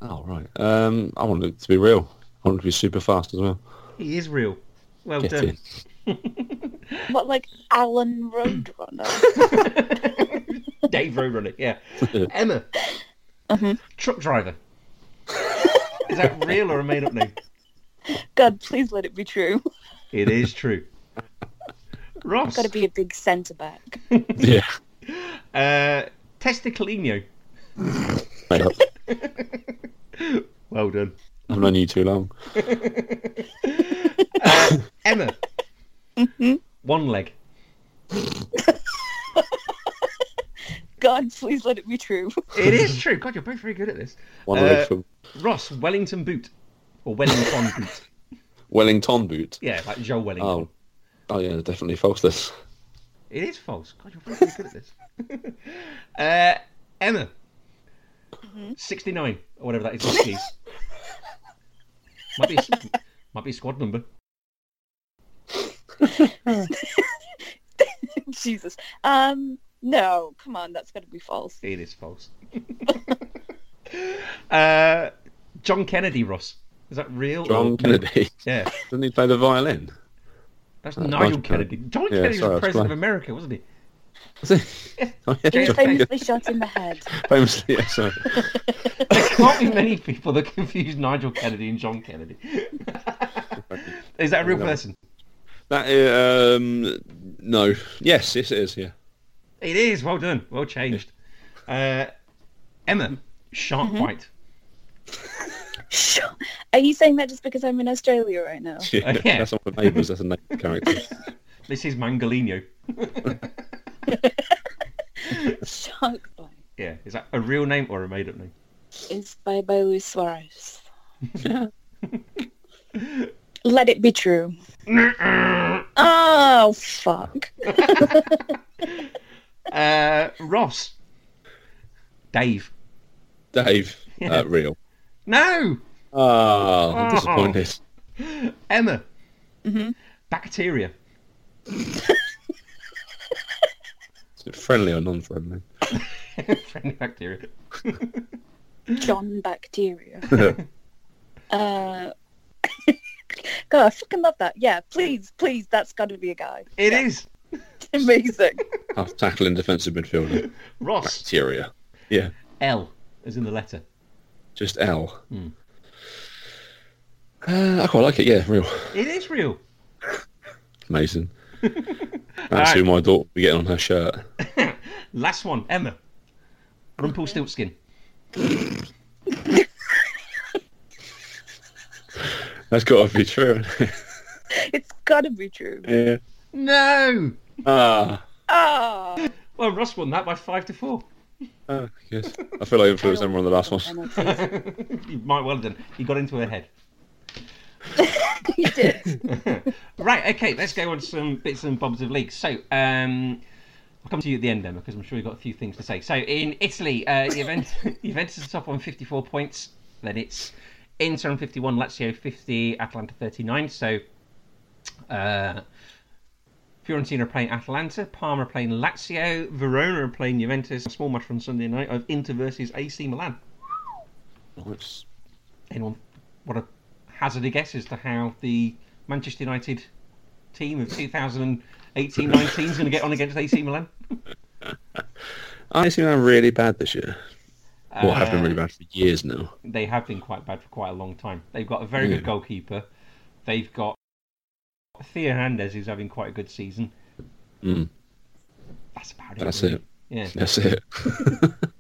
Oh, right. Um, I want it to be real. One would be super fast as well.
He is real. Well
Get
done.
in.
What, like Alan Roadrunner?
Dave Roadrunner, yeah. Emma,
Mhm.
truck driver. is that real or a made up name?
God, please let it be true.
It is true. Ross,
Got to be a big centre back.
Yeah.
uh, testicolino.
Made up.
Well done.
I've known you too long.
Uh, Emma, one leg.
God, please let it be true.
It is true. God, you're both very good at this.
One
Uh,
leg for
Ross, Wellington boot. Or Wellington boot.
Wellington boot.
Yeah, like Joe Wellington.
Oh. Oh yeah, definitely false this.
It is false. God, you're very good at this. uh, Emma, 69, or whatever that is. in skis. might, be a, s- might be a squad number.
Jesus. Um, no, come on, that's got to be false.
It is false. uh, John Kennedy, Ross. Is that real?
John
or-
Kennedy.
Yeah,
Didn't he play the violin?
that's
Uh,
Nigel
Nigel
Kennedy. John
Yeah,
Kennedy
sorry,
was
I was
president of
blind.
America, wasn't he?
Oh, yeah,
He was
John Kennedy.
famously shot in the head.
Famously, yeah, sorry.
There can't be many people that confuse Nigel Kennedy and John Kennedy. is that a real
No.
person?
That uh, um, no, yes, yes, it is. Yeah,
It is. Well done. Well changed. Uh, Emma, shark bite.
Sure. Are you saying that just because I'm in Australia right now?
yeah.
Oh, yeah.
that's one of the neighbours. That's a neighbour character.
This is Mangolino.
Shark Boy
Yeah. Is that a real name or a made-up name?
inspired by Luis Suarez. Let it be true. oh fuck!
Uh, Ross, Dave.
Dave, uh, real.
No.
Oh,
Ah.
I'm disappointed.
Emma. Bacteria.
Is it friendly or non-friendly?
Friendly bacteria.
John Bacteria. uh, God, I fucking love that. Yeah, please, please, that's got to be a guy.
It is.
Amazing.
Half tackling defensive midfielder.
Ross.
Bacteria. Yeah,
L, as in the letter.
just L.
Hmm.
Uh, I quite like it. Yeah, real.
It is real.
Amazing. That's
Alright.
who my daughter will be getting on her shirt.
Last one, Emma. Rumpelstiltskin.
That's got to be true.
It's got to be true.
yeah.
No.
Ah.
Oh,
Well, Ross won that by five to four.
ah, yes. I feel like I influenced everyone on the last one.
penalties.
you might well have done. You got into her head.
he did.
Right, okay, let's go on some bits and bobs of league. So, um, I'll come to you at the end, Emma, because I'm sure you've got a few things to say. So, in Italy, uh, Juventus, Juventus is top on 54 points. Then it's Inter on 51, Lazio 50, Atalanta 39. So, uh, Fiorentina are playing Atalanta, Parma are playing Lazio, Verona are playing Juventus. A small match on Sunday night of Inter versus AC Milan.
Nice.
Anyone want to hazard a guess as to how the Manchester United team of 2018-19 is going to get on against AC Milan?
I see I'm really bad this year.
Uh,
Well, I've been really bad for years now.
They have been quite bad for quite a long time. They've got a very good
Yeah.
goalkeeper. They've got Theo Hernandez, who's having quite a good season.
Mm.
That's about it.
That's
really.
it.
Yeah.
That's it.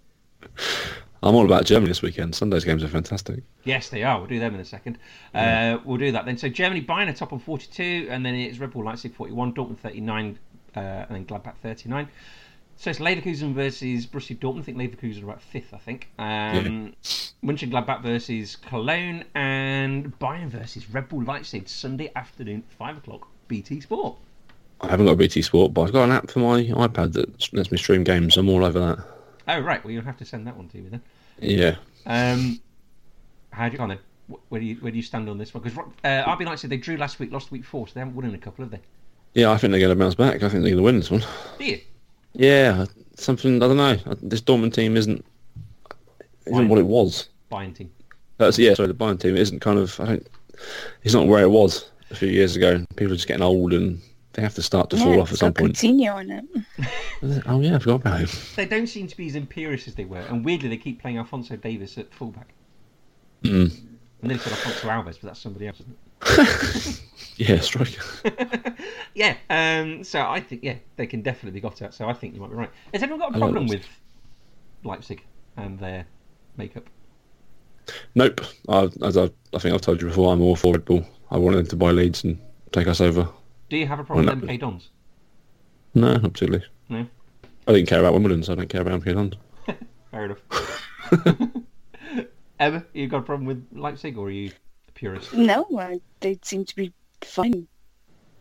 I'm all about Germany this weekend. Sunday's games are fantastic.
Yes, they are. We'll do them in a second. Uh, we'll do that then. So Germany, Bayern are top on 42, and then it's Red Bull Leipzig 41, Dortmund 39, uh, and then Gladbach 39. So it's Leverkusen versus Borussia Dortmund. I think Leverkusen are about fifth, I think. Um, Munchen Gladbach versus Cologne, and Bayern versus Red Bull Leipzig Sunday afternoon, 5 o'clock, BT Sport.
I haven't got a BT Sport, but I've got an app for my iPad that lets me stream games. I'm all over that.
Oh, right. Well, you'll have to send that one to me then.
Yeah.
Um, how do you, go on then? Wh- Where do you, where do you stand on this one? Because uh, RB Leipzig, they drew last week, lost week four, so they haven't won in a couple, have they?
Yeah, I think they're going to bounce back. I think they're going to win this one.
Do you?
Yeah, something, I don't know. This Dortmund team isn't isn't what it was.
Bayern team.
That's, yeah, sorry, the Bayern team isn't kind of, I don't it's not where it was a few years ago. People are just getting old and they have to start to fall off at
it's
some
got
point.
Coutinho on it.
Oh yeah, I forgot about him.
They don't seem to be as imperious as they were, and weirdly, they keep playing Alfonso Davis at fullback.
Mm.
And then said Alfonso Alves, but that's somebody else, isn't
Yeah, striker.
it? yeah. Um, so I think yeah, they can definitely be got at. So I think you might be right. Has anyone got a
I like
problem with Leipzig
Leipzig.
and their makeup?
Nope. I, as I, I think I've told you before, I'm all for Red Bull. I wanted them to buy Leeds and take us over.
Do you have a problem
Well,
with
that-
MK Dons?
No, not particularly.
No.
I didn't care about Wimbledon, so I don't care about MK Dons.
Fair enough. Emma, you got a problem with Leipzig, or are you a purist?
No, uh, they seem to be fine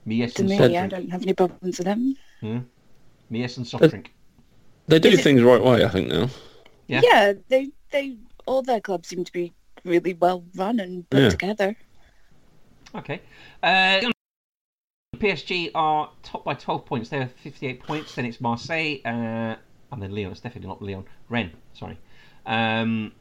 Me yes
to
and
me.
soft
I
drink.
don't have any problems with them.
Me yes and soft drink.
They do
Is it-
things the right way, I think now.
Yeah.
Yeah, they they all their clubs seem to be really well run and put
Yeah.
together.
Okay. Uh, PSG are top by 12 points. They're 58 points. Then it's Marseille, uh, and then Leon. It's definitely not Leon. Rennes, sorry. Um,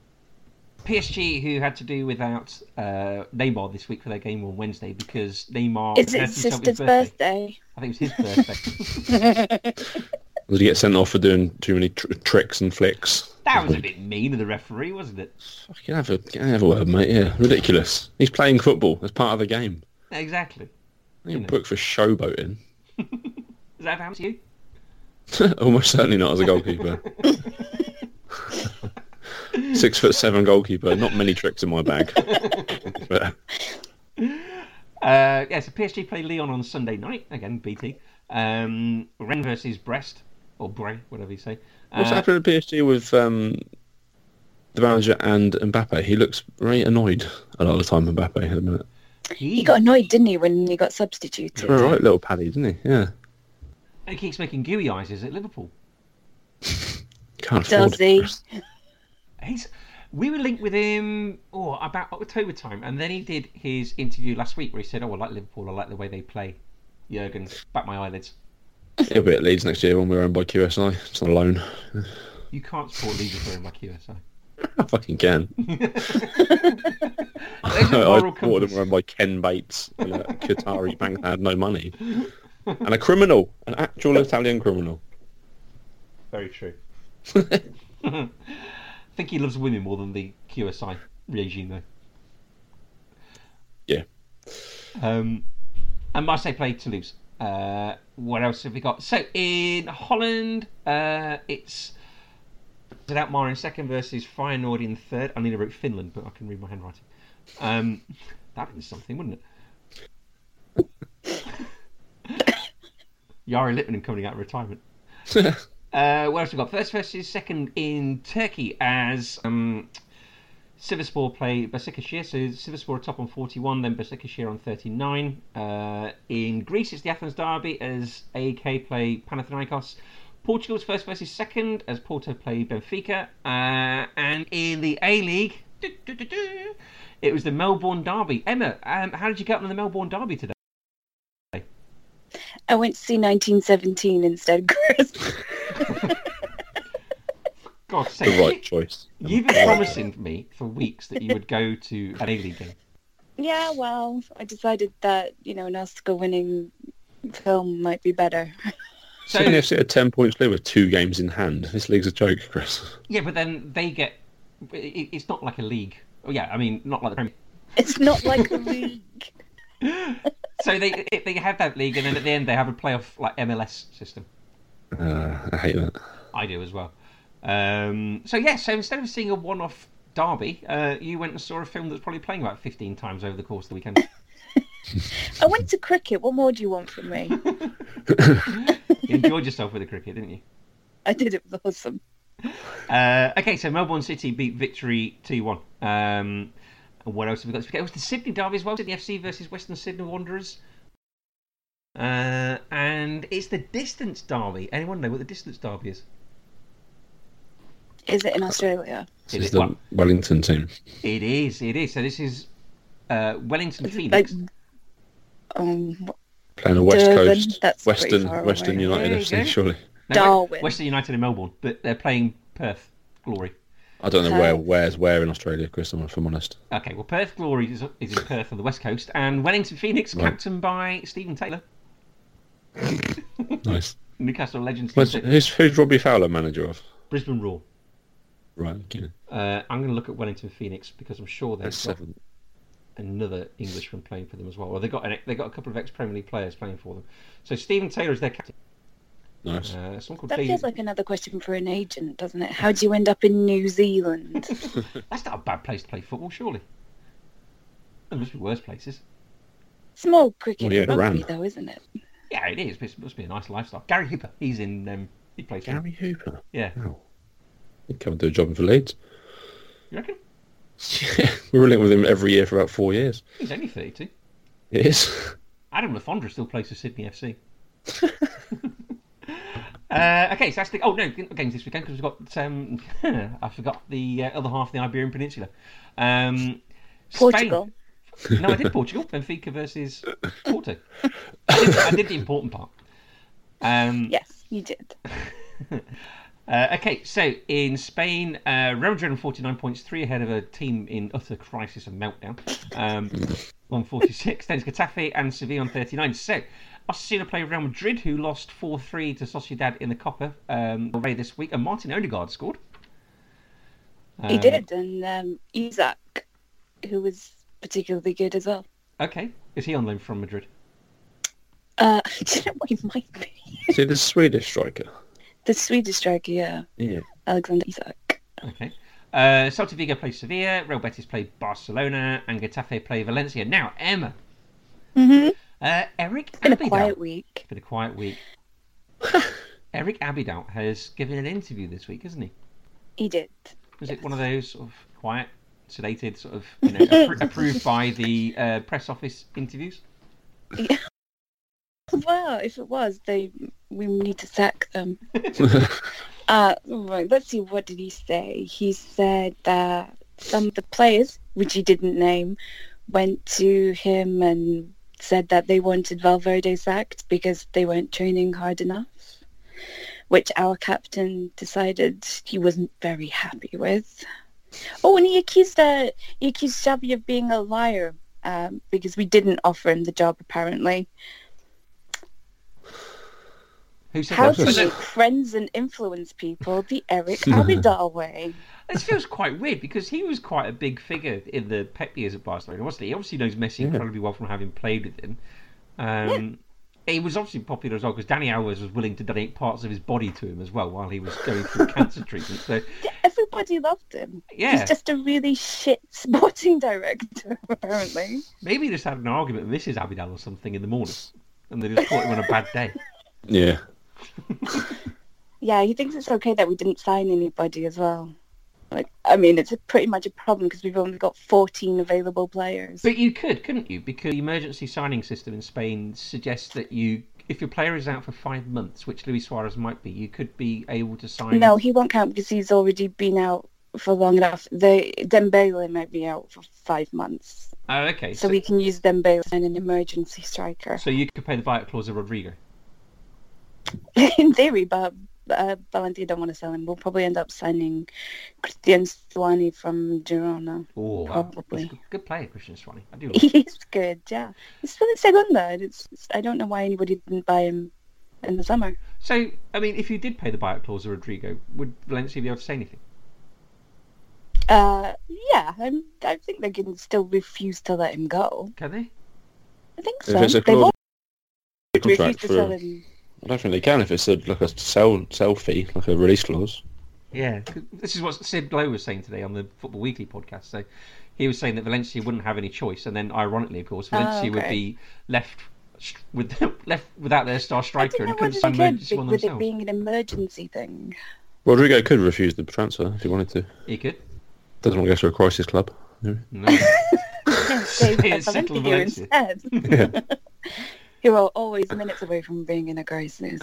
PSG, who had to do without uh, Neymar this week for their game on Wednesday because Neymar
It's
hurt
Oh, his
himself at his
sister's birthday.
I think it was his birthday.
Did he get sent off for doing too many tr- tricks and flicks?
that was a bit mean of the referee, wasn't it?
Fucking have a, can have a word, mate. Yeah, ridiculous. He's playing football. That's part of the game.
Exactly.
He ain't booked for showboating.
Does that happen to you?
Almost certainly not as a goalkeeper. Six foot seven goalkeeper. Not many tricks in my bag. But
Uh, yeah, so PSG play Leon on Sunday night again. BT. Um, Rennes versus Brest or Bray, whatever you say.
what's
Uh,
happening at PSG with um, the manager and Mbappe? He looks very annoyed a lot of the time. Mbappe at the minute.
He,
He got annoyed, didn't he, when he got substituted?
All right, little Paddy, didn't he? Yeah.
he keeps making gooey eyes. Is at Liverpool?
Can't afford
Does
it.
he?
He's. We were linked with him oh, about October time, and then he did his interview last week where he said, "Oh, I like Liverpool. I like the way they play." Jurgen, back my eyelids.
He'll be at Leeds next year when we're owned by QSI. It's not a loan.
You can't support Liverpool in my QSI.
I fucking can.
There's your
I
moral
bought them
compass.
run by Ken Bates, and a Qatari bank that had no money, and a criminal, an actual Italian criminal.
Very true. I think he loves women more than the QSI regime, though.
Yeah.
Um, and Marseille play Toulouse. Uh, what else have we got? So in Holland, uh, it's without Mar in second versus Feyenoord in third. I need to wrote Finland, but I can read my handwriting. Um, that is something, wouldn't it? Yari Lippmann coming out of retirement. Uh, what else we got? First versus second in Turkey as um, Sivasspor play Besiktasehir. So Sivasspor are top on 41, then Besiktasehir on 39. Uh, in Greece, it's the Athens derby as AK play Panathinaikos. Portugal's first versus second as Porto play Benfica. Uh, and in the A League, it was the Melbourne derby. Emma, um, how did you get on in the Melbourne derby today?
I went to see 1917 instead, Chris.
God's sake.
The right choice.
You've been promising me for weeks that you would go to an A League game.
yeah, well, I decided that you know an Oscar-winning film might be better.
So
Sydney FC are ten points clear with two games in hand. This league's a joke, Chris.
yeah, but then they get. it- It's not like a league. Oh yeah, I mean not like the Premier.
It's not like the league.
So they it- they have that league, and then at the end they have a playoff like MLS system.
Uh, I hate that.
I do as well. Um, so yeah, so instead of seeing a one-off derby, uh, you went and saw a film that's probably playing about fifteen times over the course of the weekend.
I went to cricket. What more do you want from me?
you enjoyed yourself with the cricket, didn't you?
I did it was awesome.
Uh, okay, so Melbourne City beat Victory 2 1. Um, and what else have we got? It was the Sydney Derby as well, Sydney FC versus Western Sydney Wanderers. Uh, and it's the Distance Derby. Anyone know what the Distance Derby is?
Is it in Australia?
This
Is
is
it
the
what?
Wellington team.
It is, it is. So this is uh, Wellington
Like,
Phoenix.
um, what-
Playing a West
Durban,
Coast
that's pretty
Western
far away.
Western
There
United
you
FC,
go.
surely.
No,
Darwin.
Western United and Melbourne, but they're playing Perth Glory.
I don't know where where's where in Australia, Chris. If I'm honest,
Okay, well, Perth Glory is, is in Perth on the west coast, and Wellington Phoenix,
Right.
captained by Stephen Taylor,
nice.
Newcastle Legends,
Where's, who's who's Robbie Fowler manager of?
Brisbane Raw.
Right, okay.
Uh, I'm going to look at Wellington Phoenix because I'm sure they've
that's
got
seven.
another Englishman playing for them as well. Well, they got an, they got a couple of ex-Premier League players playing for them. So Stephen Taylor is their captain.
Nice.
Uh, someone called
That
David.
feels like another question for an agent, doesn't it? How do you end up in New Zealand?
That's not a bad place to play football, surely. There must be worse places.
Small cricket
Well, yeah,
and rugby,
Iran.
though, isn't it?
Yeah, it is. But it must be a nice lifestyle. Gary Hooper, he's in. Um, he plays. for them.
Gary Hooper.
Yeah,
Wow. He'd come and do a job for Leeds.
you reckon?
We're linked with him every year for about four years.
He's only 32.
It is.
Adam Lafondra still plays for Sydney FC. uh, okay, so that's the. Oh no, games this weekend because we've got. Um, I forgot the uh, other half of the Iberian Peninsula. Um, Spain-
Portugal.
No, I did Portugal. Benfica versus Porto. I did, I did the important part. Um,
Yes, you did.
uh, okay, so in Spain, uh, Real Madrid on 49 points, three ahead of a team in utter crisis and meltdown. Um, on 46, then it's Getafe and Sevilla on 39. So, Osasuna play Real Madrid, who lost 4 3 to Sociedad in the Copa um, away this week, and Martin Odegaard scored.
He
Um,
Uh,
did, and um, Isaac, who was particularly good as well.
Um, Okay, is he on loan from Madrid?
Uh, do you know what he might be?
See, the Swedish striker.
The Swedish striker, yeah,
Yeah.
Alexander Isak.
Okay. Uh, Celta Vigo play Sevilla, Real Betis play Barcelona, and Getafe play Valencia. Now, Emma.
Mhm.
Uh, Eric
Been a
Abidal.
quiet week.
Been a quiet week. Eric Abidal has given an interview this week, hasn't he?
He did.
Was it one of those sort of quiet, sedated, sort of you know, appro- approved by the uh, press office interviews?
Well, if it was, they we need to sack them. uh, right, let's see. What did he say? He said that some of the players, which he didn't name, went to him and said that they wanted Valverde sacked because they weren't training hard enough. Which our captain decided he wasn't very happy with. Oh, and he accused uh, he accused Xavi of being a liar um, because we didn't offer him the job apparently.
Who said
How
that?
to make friends and influence people the Eric Abidal way.
This feels quite weird because he was quite a big figure in the Pep years at Barcelona, wasn't he? He obviously knows Messi incredibly well from having played with him. Um, He was obviously popular as well because Danny Alves was willing to donate parts of his body to him as well while he was going through cancer treatment. So,
Everybody loved him.
yeah,
He's just a really shit sporting director, apparently.
maybe he just had an argument with Mrs. Abidal or something in the morning and they just caught him on a bad day.
Yeah.
Yeah, he thinks it's okay that we didn't sign anybody as well. Like, I mean, it's a, pretty much a problem because we've only got 14 available players.
But you could, couldn't you? Because the emergency signing system in Spain suggests that you, if your player is out for five months, which Luis Suarez might be, you could be able to sign.
No, he won't count because he's already been out for long enough. The Dembele might be out for five months,
Oh, okay.
so we can use Dembele as an emergency striker.
So you could pay the buyout clause of Rodrigo.
in theory, but uh, Valencia don't want to sell him. We'll probably end up signing Christian Stuani from Girona.
Oh,
Probably.
Good, good player, Christian Swanee. I do. Like him.
He's good, yeah. He's for the Segunda. and It's, it's, I don't know why anybody didn't buy him in the summer.
so, I mean, if you did pay the buyout clause of Rodrigo, would Valencia be able to say anything?
Uh, yeah, I'm, I think they can still refuse to let him go.
Can they?
I think
If
so.
it's a
They've all
clause in the
refused
contract
to
for,
sell
I
him.
don't think they can if it's a, like a sell sell fee, like a release clause.
Yeah. This is what Sid Lowe was saying today on the Football Weekly podcast. So he was saying that Valencia wouldn't have any choice, and then ironically, of course, Valencia would
Oh, okay.
be left st- with left without their star
I
striker
don't
and
know whether
couldn't
they
sign
could
one
be- with it
themselves.
being an emergency thing.
Rodrigo could refuse the transfer if he wanted to.
He could.
Doesn't want to go to a crisis club. No.
No.
They
Yeah,
have
settle
Valencia
Valencia.
instead.
Yeah.
Who are always minutes away from being in a crisis.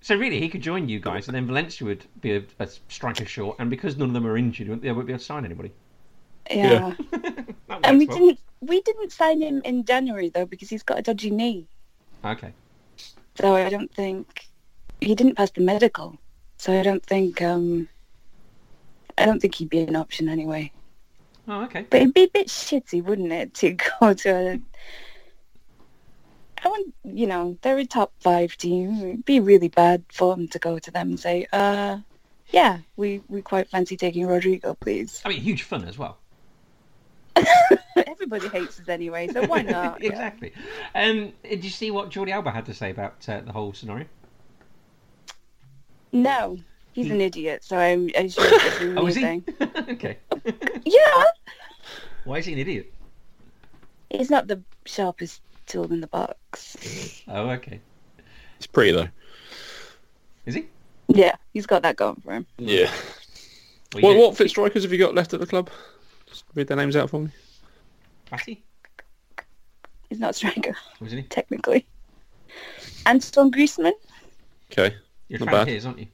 so really, he could join you guys, and then Valencia would be a, a striker short, and because none of them are injured, they won't be able to sign anybody.
yeah.
That
And we
works well.
didn't we didn't sign him in January though because he's got a dodgy knee.
Okay.
So I don't think he didn't pass the medical. So I don't think um I don't think he'd be an option anyway.
Oh, okay.
But it'd be a bit shitty, wouldn't it, to go to a... I want, you know, they're a top five team. It'd be really bad for them to go to them and say, uh, yeah, we, we quite fancy taking Rodrigo, please.
I mean, huge fun as well.
Everybody hates us anyway, so why not? Yeah.
exactly. Um, did you see what Jordi Alba had to say about uh, the whole scenario?
No, he's an idiot, so I'm, I should assume
Oh, is he?
anything.
okay.
Yeah,
Why is he an idiot?
he's not the sharpest tool in the box.
Oh, okay.
It's pretty though.
Is he?
Yeah, he's got that going for him.
Yeah.
Well,
What
you-
what fit strikers have you got left at the club? Just read their names out for me.
Batty?
He's not a striker,
Wasn't he?
technically. Anton Griezmann,
Okay.
You're a
Not
fan of
bad.
his, aren't you?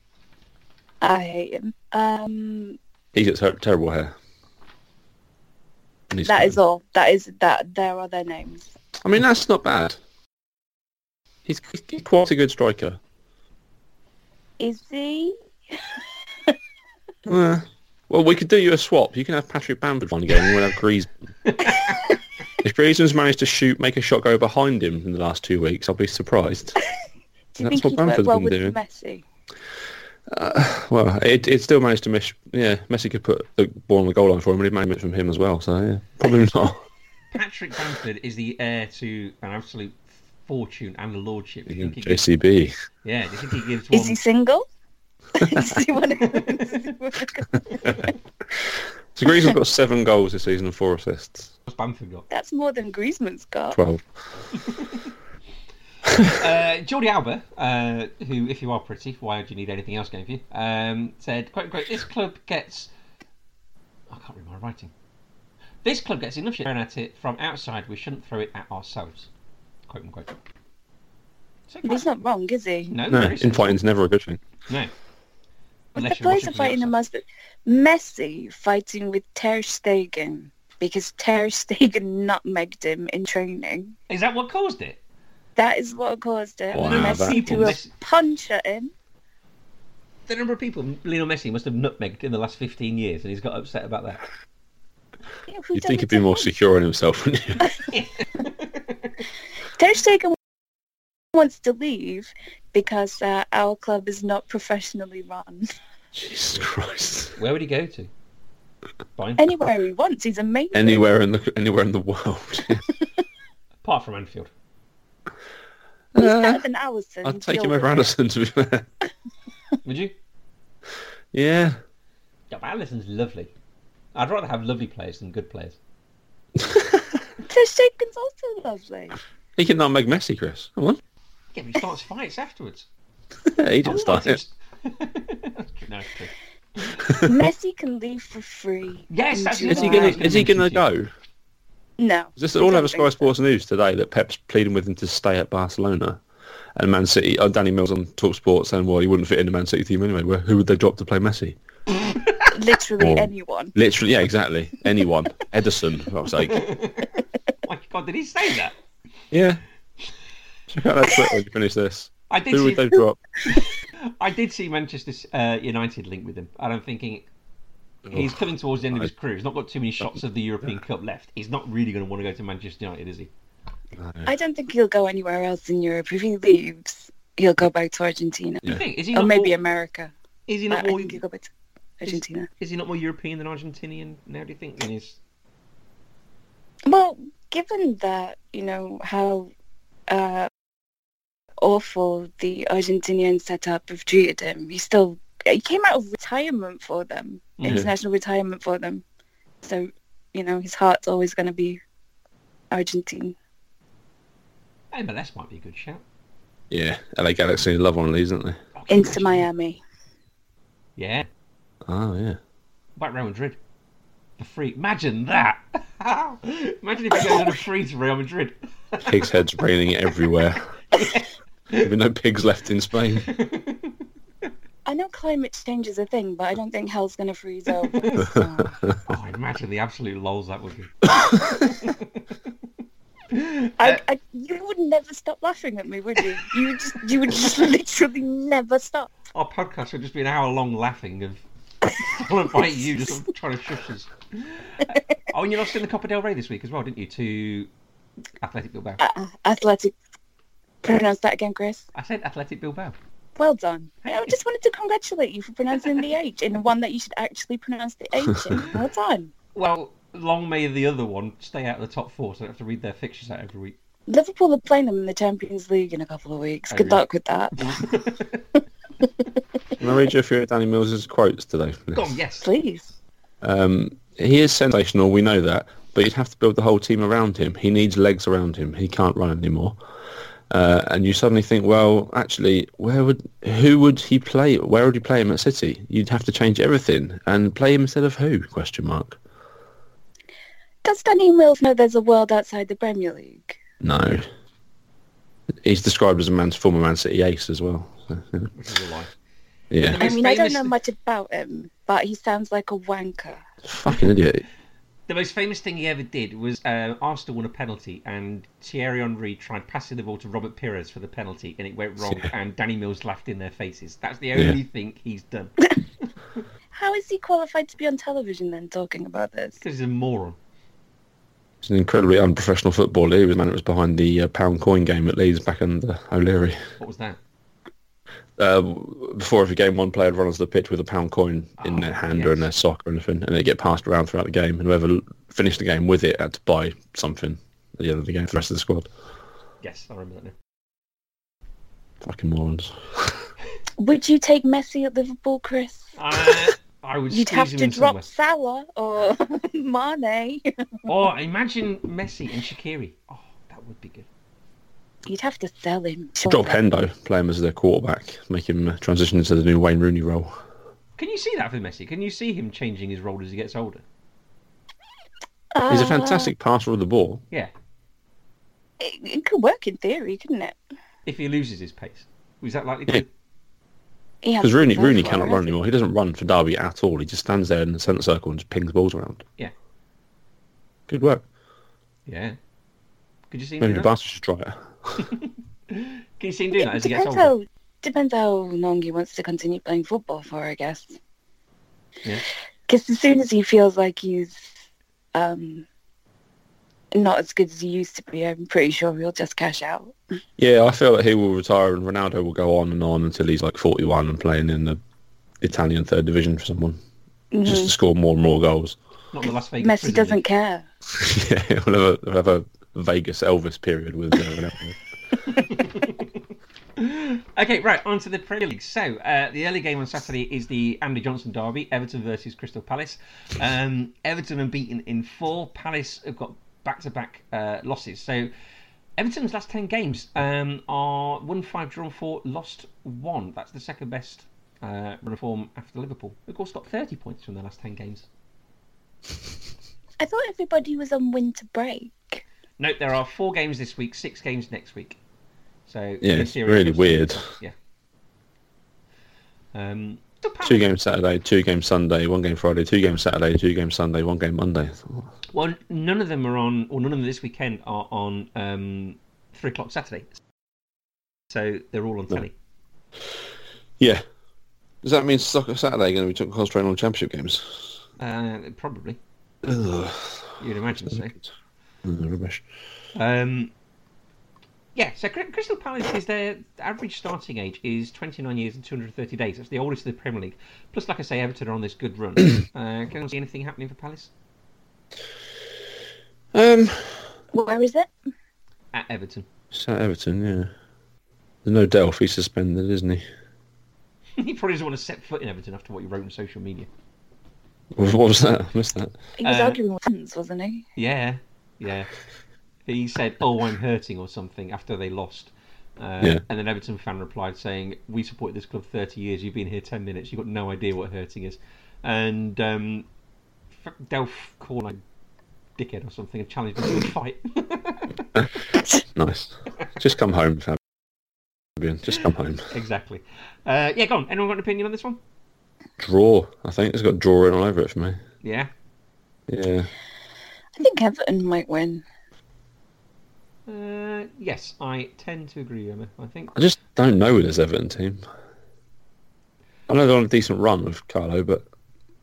I hate him. Um,
He's got ter- terrible hair. And he's
that
fine.
is all. That is that. There are their names.
I mean, that's not bad. He's, he's quite a good striker.
Is he? Mm.
Uh, well, we could do you a swap. You can have Patrick Bamford one game, and we'll have Griezmann. if Griezmann's managed to shoot, make a shot go behind him in the last two weeks, I'll be surprised.
Do you
That's what
think he worked
Bamford's
well
been
with
doing.
Messi?
Well, it, it still managed to miss. Yeah, Messi could put the ball on the goal line for him, and he made it from him as well. So yeah, probably not.
Patrick Bamford is the heir to an absolute fortune and lordship. Do you think he gives-
JCB.
yeah, do you think he gives
Is he
one?
single? is he one of
So Griezmann's got seven goals this season and four assists.
What's Bamford got?
That's more than Griezmann's got.
Twelve.
Uh, Jordi Alba, uh, who, if you are pretty, why would you need anything else going for you? Um, said, quote unquote, this club gets. I can't read my writing. This club gets enough shit thrown at it from outside, we shouldn't throw it at ourselves. Quote unquote. So,
He's not wrong, is he?
no,
No,
very simple.
infighting's never a good thing.
No.
But
Unless
the
you're
players
watching
are
from
fighting
outside.
him as Messi fighting with Ter Stegen because Ter Stegen nutmegged him in training.
Is that what caused it?
That is what caused it.
Wow,
Messi
that
threw a
is-
punch at him.
The number of people Lionel Messi must have nutmegged in the last 15 years, and he's got upset about that.
Yeah, who
You'd
done
think
it
he'd
to
be more
him?
secure in himself, wouldn't you?
Ter Stegen wants to leave because uh, our club is not professionally run.
Jesus Christ.
Where would he go to? Fine.
Anywhere he wants, he's amazing.
Anywhere in the anywhere in the world.
Apart from Anfield.
he's
Uh,
better than Allison.
I'd take
deal
him
with
over
it.
Anderson to be fair.
Would you? Yeah,
Yeah.
but Allison's lovely. I'd rather have lovely players than good players.
Ter Stegen's also lovely.
He can not make Messi, Chris. Come on.
Yeah, but he starts fights afterwards.
Yeah, he didn't start it.
That's true, no, it's true.
Messi can leave for free.
Yes,
in
that's-
July.
Is he gonna is he gonna go?
No.
Is this all
I
over
don't
Sky
think
Sports News today that Pep's pleading with him to stay at Barcelona and Man City oh, Danny Mills on Talk Sports saying well he wouldn't fit in the Man City team anyway. Well, who would they drop to play Messi?
so. Literally
Oh.
anyone.
Literally yeah, exactly. Anyone. Edison, for fuck's sake.
My God, did he say that?
Yeah. Check out that Twitter when you finish this.
I did
Who
see
would they drop?
I did see Manchester uh, United linked with him, and I'm thinking he's
Ugh.
coming towards the end of his
I-
career. He's not got too many shots of the European Cup left. He's not really going to want to go to Manchester United, is he?
I don't think he'll go anywhere else in Europe. If he leaves, he'll go back to Argentina.
You think? Is he
Or
not
maybe
more,
America.
is he
I, I
not more
think he'll go back to Argentina.
is he not more European than Argentinian now? Do you think? Than his...
Well, given that, you know, how uh, awful the Argentinian setup have treated him, he still he came out of retirement for them,
Mhm.
international retirement for them. So, you know, his heart's always going to be Argentine.
MLS might be a good shout.
Yeah, LA Galaxy love one of these, don't they?
Oh, can you
Into
imagine?
Miami.
Yeah,
Oh yeah.
back Real Madrid. For free. Imagine that. imagine if he goes on a free to Real Madrid.
Pigs' heads raining everywhere. There'll be no pigs left in Spain.
I know climate change is a thing, but I don't think hell's going to freeze over. so.
Oh, imagine the absolute lols that would be. Uh,
I, I, you would never stop laughing at me, would you? You would just, you would just literally never stop.
Our podcast would just be an hour long laughing of followed by you just trying to shush us. oh, and you lost in the Copa del Rey this week as well, didn't you? To Athletic Bilbao.
Uh, athletic. Pronounce that again, Chris.
I said Athletic Bilbao.
Well done. I just wanted to congratulate you for pronouncing the H in one that you should actually pronounce the H in. Well done.
Well, long may the other one stay out of the top four, so I don't have to read their fixtures out every week.
Liverpool are playing them in the Champions League in a couple of weeks.
Oh,
Good
really?
luck with that.
Can I read you a few of Danny Mills's quotes today? please?
Go on, yes.
Please.
Um, he is sensational, we know that, but you'd have to build the whole team around him. He needs legs around him. He can't run anymore. Uh, and you suddenly think, well, actually, where would who would he play? Where would you play him at City? You'd have to change everything and play him instead of who? Question mark.
Does Danny Mills know there's a world outside the Premier League?
No. He's described as a man's former Man City ace as well. So,
Which is a lie.
yeah,
I
He's
mean, I don't
famous-
know much about him, but he sounds like a wanker.
fucking idiot.
The most famous thing he ever did was uh, Arsenal won a penalty, and Thierry Henry tried passing the ball to Robert Pires for the penalty, and it went wrong, and Danny Mills laughed in their faces. That's the only thing he's done
How is he qualified to be on television then talking about this?
because he's a moron.
He's an incredibly unprofessional footballer. He was the man that was behind the uh, pound coin game at Leeds back under O'Leary.
What was that?
uh, before every game, one player would run onto the pitch with a pound coin in
Oh,
their hand
yes.
or in their sock or anything, and it'd get passed around throughout the game. And whoever l- finished the game with it had to buy something at the end of the game for the rest of the squad.
Yes, I remember that now.
Fucking morons.
Would you take Messi at Liverpool, Chris?
Uh, I would
You'd
squeeze
have
him
to
in
drop
somewhere.
Salah or Mane.
Or Oh, imagine Messi and Shakiri. Oh, that would be good.
You'd have to sell him.
Drop Hendo, play him as their quarterback, make him uh, transition into the new Wayne Rooney role.
Can you see that for Messi? Can you see him changing his role as he gets older?
He's a fantastic passer of the ball.
Yeah,
It, it could work in theory, couldn't it?
if he loses his pace. Is that likely to
He
Because
hasn't
Rooney,
gone
Rooney
far,
cannot
has
run
he?
anymore. He doesn't run for Derby at all. He just stands there in the centre circle and just pings balls around.
Yeah.
Good work.
Yeah. Could you see him
Maybe
do
the
that?
Bastard should try it.
Can you see him doing that as he gets
Depends
older?
how depends how long he wants to continue playing football for, I guess.
Yeah.
Because as soon as he feels like he's um, not as good as he used to be, I'm pretty sure he'll just cash out.
Yeah, I feel that he will retire and Ronaldo will go on and on until he's like 41 and playing in the Italian third division for someone just to score more and more goals.
Not in the Las Vegas. prison
Messi doesn't
league.
care.
yeah, we'll have, a, we'll have a Vegas Elvis period with uh, Ronaldo.
Okay, right, on to the Premier League. So, uh, the early game on Saturday is the Andy Johnson derby, Everton versus Crystal Palace. Um, Everton are beaten in four. Palace have got back-to-back uh, losses. So, Everton's last ten games um, are one five, drawn four, lost one. That's the second best uh, run of form after Liverpool. who Of course, got thirty points from their last ten games.
I thought everybody was on winter break.
Note there are four games this week, six games next week. So
Yeah,
in
it's
theory,
really
it's still-
weird.
Yeah. Um, still
Two
Palace-
games Saturday, two games Sunday, one game Friday, two games Saturday, two games Sunday, one game Monday.
Well, none of them are on, or none of them this weekend are on um, three o'clock Saturday. So they're all on
No.
telly.
Yeah. Does that mean soccer Saturday going to be concentrating on championship games?
Uh, probably,
Ugh.
you'd imagine so.
Mm, Rubbish.
Um, yeah, so Cri- Crystal Palace is their average starting age is 29 years and 230 days. That's the oldest of the Premier League. Plus, like I say, Everton are on this good run. uh, can I see anything happening for Palace
Um,
Where is it?
at Everton?
it's at Everton, yeah. There's no Delph, he's suspended, isn't he?
he probably doesn't want to set foot in Everton after what he wrote on social media.
What was that? I missed that.
He was
Uh,
arguing with fans, wasn't he?
Yeah, yeah. He said, "Oh, I'm hurting" or something after they lost. Uh,
Yeah.
And then Everton fan replied saying, "We supported this club 30 years. You've been here 10 minutes. You've got no idea what hurting is." And um, F- Delph called him a dickhead or something and challenged him to a fight.
Nice. Just come home, Fabian. Just come home.
exactly. Uh, yeah, go on. Anyone got an opinion on this one?
Draw. I think it's got draw written all over it for me.
Yeah.
Yeah.
I think Everton might win.
Uh, yes, I tend to agree, Emma. I think.
I just don't know with this Everton team. I know they're on a decent run with Carlo, but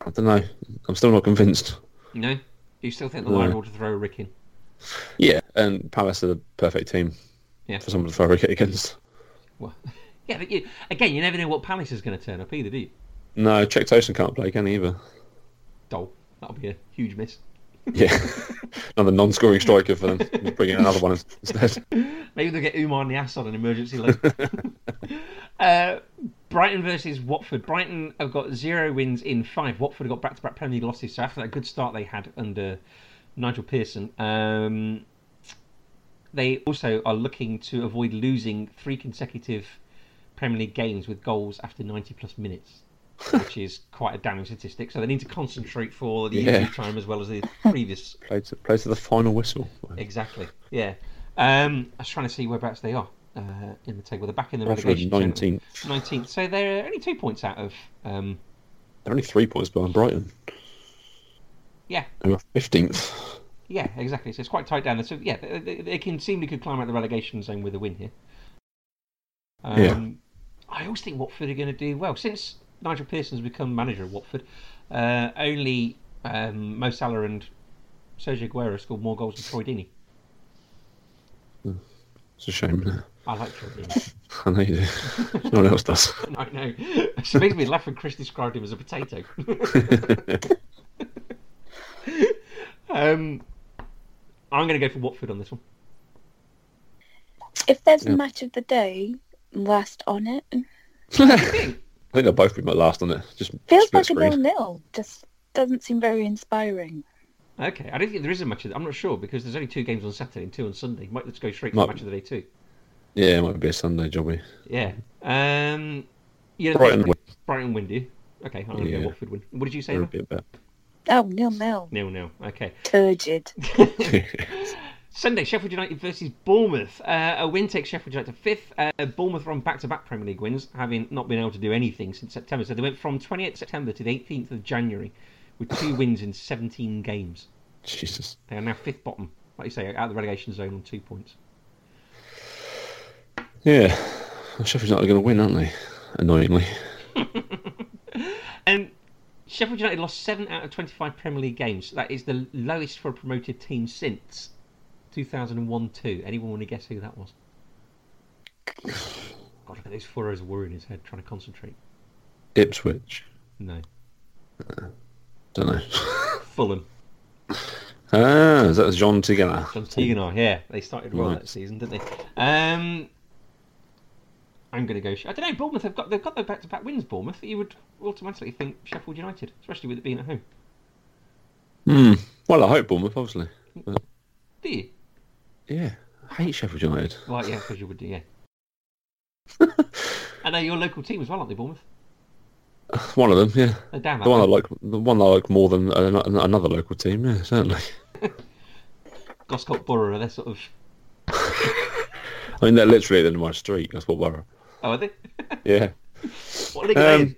I don't know. I'm still not convinced.
No, you still think the
No.
line ought to throw Rick in?
Yeah, and Palace are the perfect team
Yeah.
for someone to throw a wicket against.
Well, yeah, but you, again, you never know what Palace is going to turn up either, do you?
No, Czech Tosin can't play, can he either?
Dole, that'll be a huge miss.
Yeah, another non-scoring striker for them. Just bring in another one instead.
Maybe they'll get Umar Nias on an emergency loan. uh, Brighton versus Watford. Brighton have got zero wins in five. Watford have got back-to-back Premier League losses. So after that good start they had under Nigel Pearson, um, they also are looking to avoid losing three consecutive Premier League games with goals after 90 plus minutes, which is quite a damning statistic. So they need to concentrate for the
Yeah.
injury time as well as the previous
Play to, play to the final whistle.
Exactly. Yeah. Um, I was trying to see whereabouts they are uh, in the table. They're back in the
Bradford
relegation. zone.
19th.
19th. So they're only two points out of. Um,
They're only three points behind Brighton,
yeah.
who are 15th.
Yeah. Exactly. So it's quite tight down there. So yeah, they, they, they can seemingly could climb out the relegation zone with a win here. Um,
Yeah.
I always think Watford are going to do well since Nigel Pearson's become manager of Watford. Uh, only um, Mo Salah and Sergio Aguero scored more goals than Troy Deeney.
It's a shame. isn't it?
I like Troy Deeney.
I know you do. no one else does.
I know. She makes me laugh when Chris described him as a potato. um, I'm going to go for Watford on this one.
If there's
Yeah.
a match of the day, last on it.
I think they'll both be my last on it. Just
Feels like
split
a nil
screen.
nil. Just doesn't seem very inspiring.
Okay, I don't think there is a match. Of the, I'm not sure because there's only two games on Saturday and two on Sunday. Might let's go straight for
Might-
match of the day too.
Yeah, it might be a Sunday jobby.
Yeah. Um, you know,
Brighton win.
Brighton win, do you? Okay, I'm going to
Yeah.
go Watford win. What did you say?
That
Emma?
would be a bet.
Oh, nil nil.
Nil nil. Okay.
Turgid.
Sunday, Sheffield United versus Bournemouth. Uh, a win takes Sheffield United to fifth. Uh, Bournemouth are on back-to-back Premier League wins, having not been able to do anything since September. So they went from 28th September to the 18th of January with two wins in 17 games.
Jesus.
They are now fifth bottom, like you say, out of the relegation zone on two points.
Yeah, Sheffield's not going to win, aren't they? Annoyingly.
And Um, Sheffield United lost seven out of 25 Premier League games. That is the lowest for a promoted team since 2001-2. Anyone want to guess who that was? God, look at those furrows of worry in his head, trying to concentrate.
Ipswich.
No.
Don't know.
Fulham.
ah, is that Jean Tigana?
John Teagan, yeah. They started well
Right.
that season, didn't they? Um, I'm going to go. Sh- I don't know. Bournemouth have got they've got their back-to-back wins. Bournemouth, you would automatically think Sheffield United, especially with it being at home.
Hmm. Well, I hope Bournemouth, obviously. But,
Do you?
yeah, I hate Sheffield United.
Well, yeah, because you would do. Yeah. and they're your local team as well, aren't they, Bournemouth?
One of them, yeah.
They're down that
The one I
way.
like, the one I like more than an- an- another local team, yeah, certainly.
Goscock Borough. They're sort of.
I mean, they're literally at the end of my street. That's what borough.
Oh, are they?
Yeah.
what league are they in?
Um,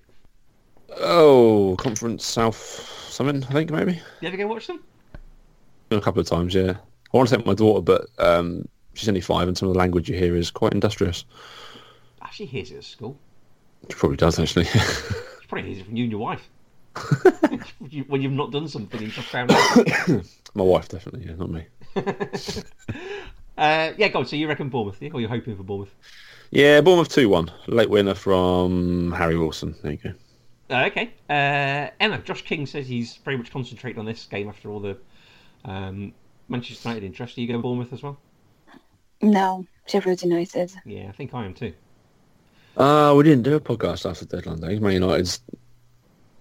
Oh, Conference South something, I think maybe.
You ever go watch them?
A couple of times, yeah. I want to take my daughter, but um, she's only five, and some of the language you hear is quite industrious.
Ah, she hears it at school.
She probably does actually.
She probably hears it from you and your wife. You- when you've not done something, you've just found out.
my wife definitely, yeah, not me.
Uh, yeah, go on. So you reckon Bournemouth, yeah? or you're hoping for Bournemouth?
Yeah, Bournemouth two one, late winner from Harry Wilson. There you go.
Uh, okay. Uh, Emma, Josh King says he's very much concentrated on this game after all the um, Manchester United interest. Are you going Bournemouth as well?
No, Sheffield United.
Yeah, I think I am too.
Uh, we didn't do a podcast after deadline day. Man United's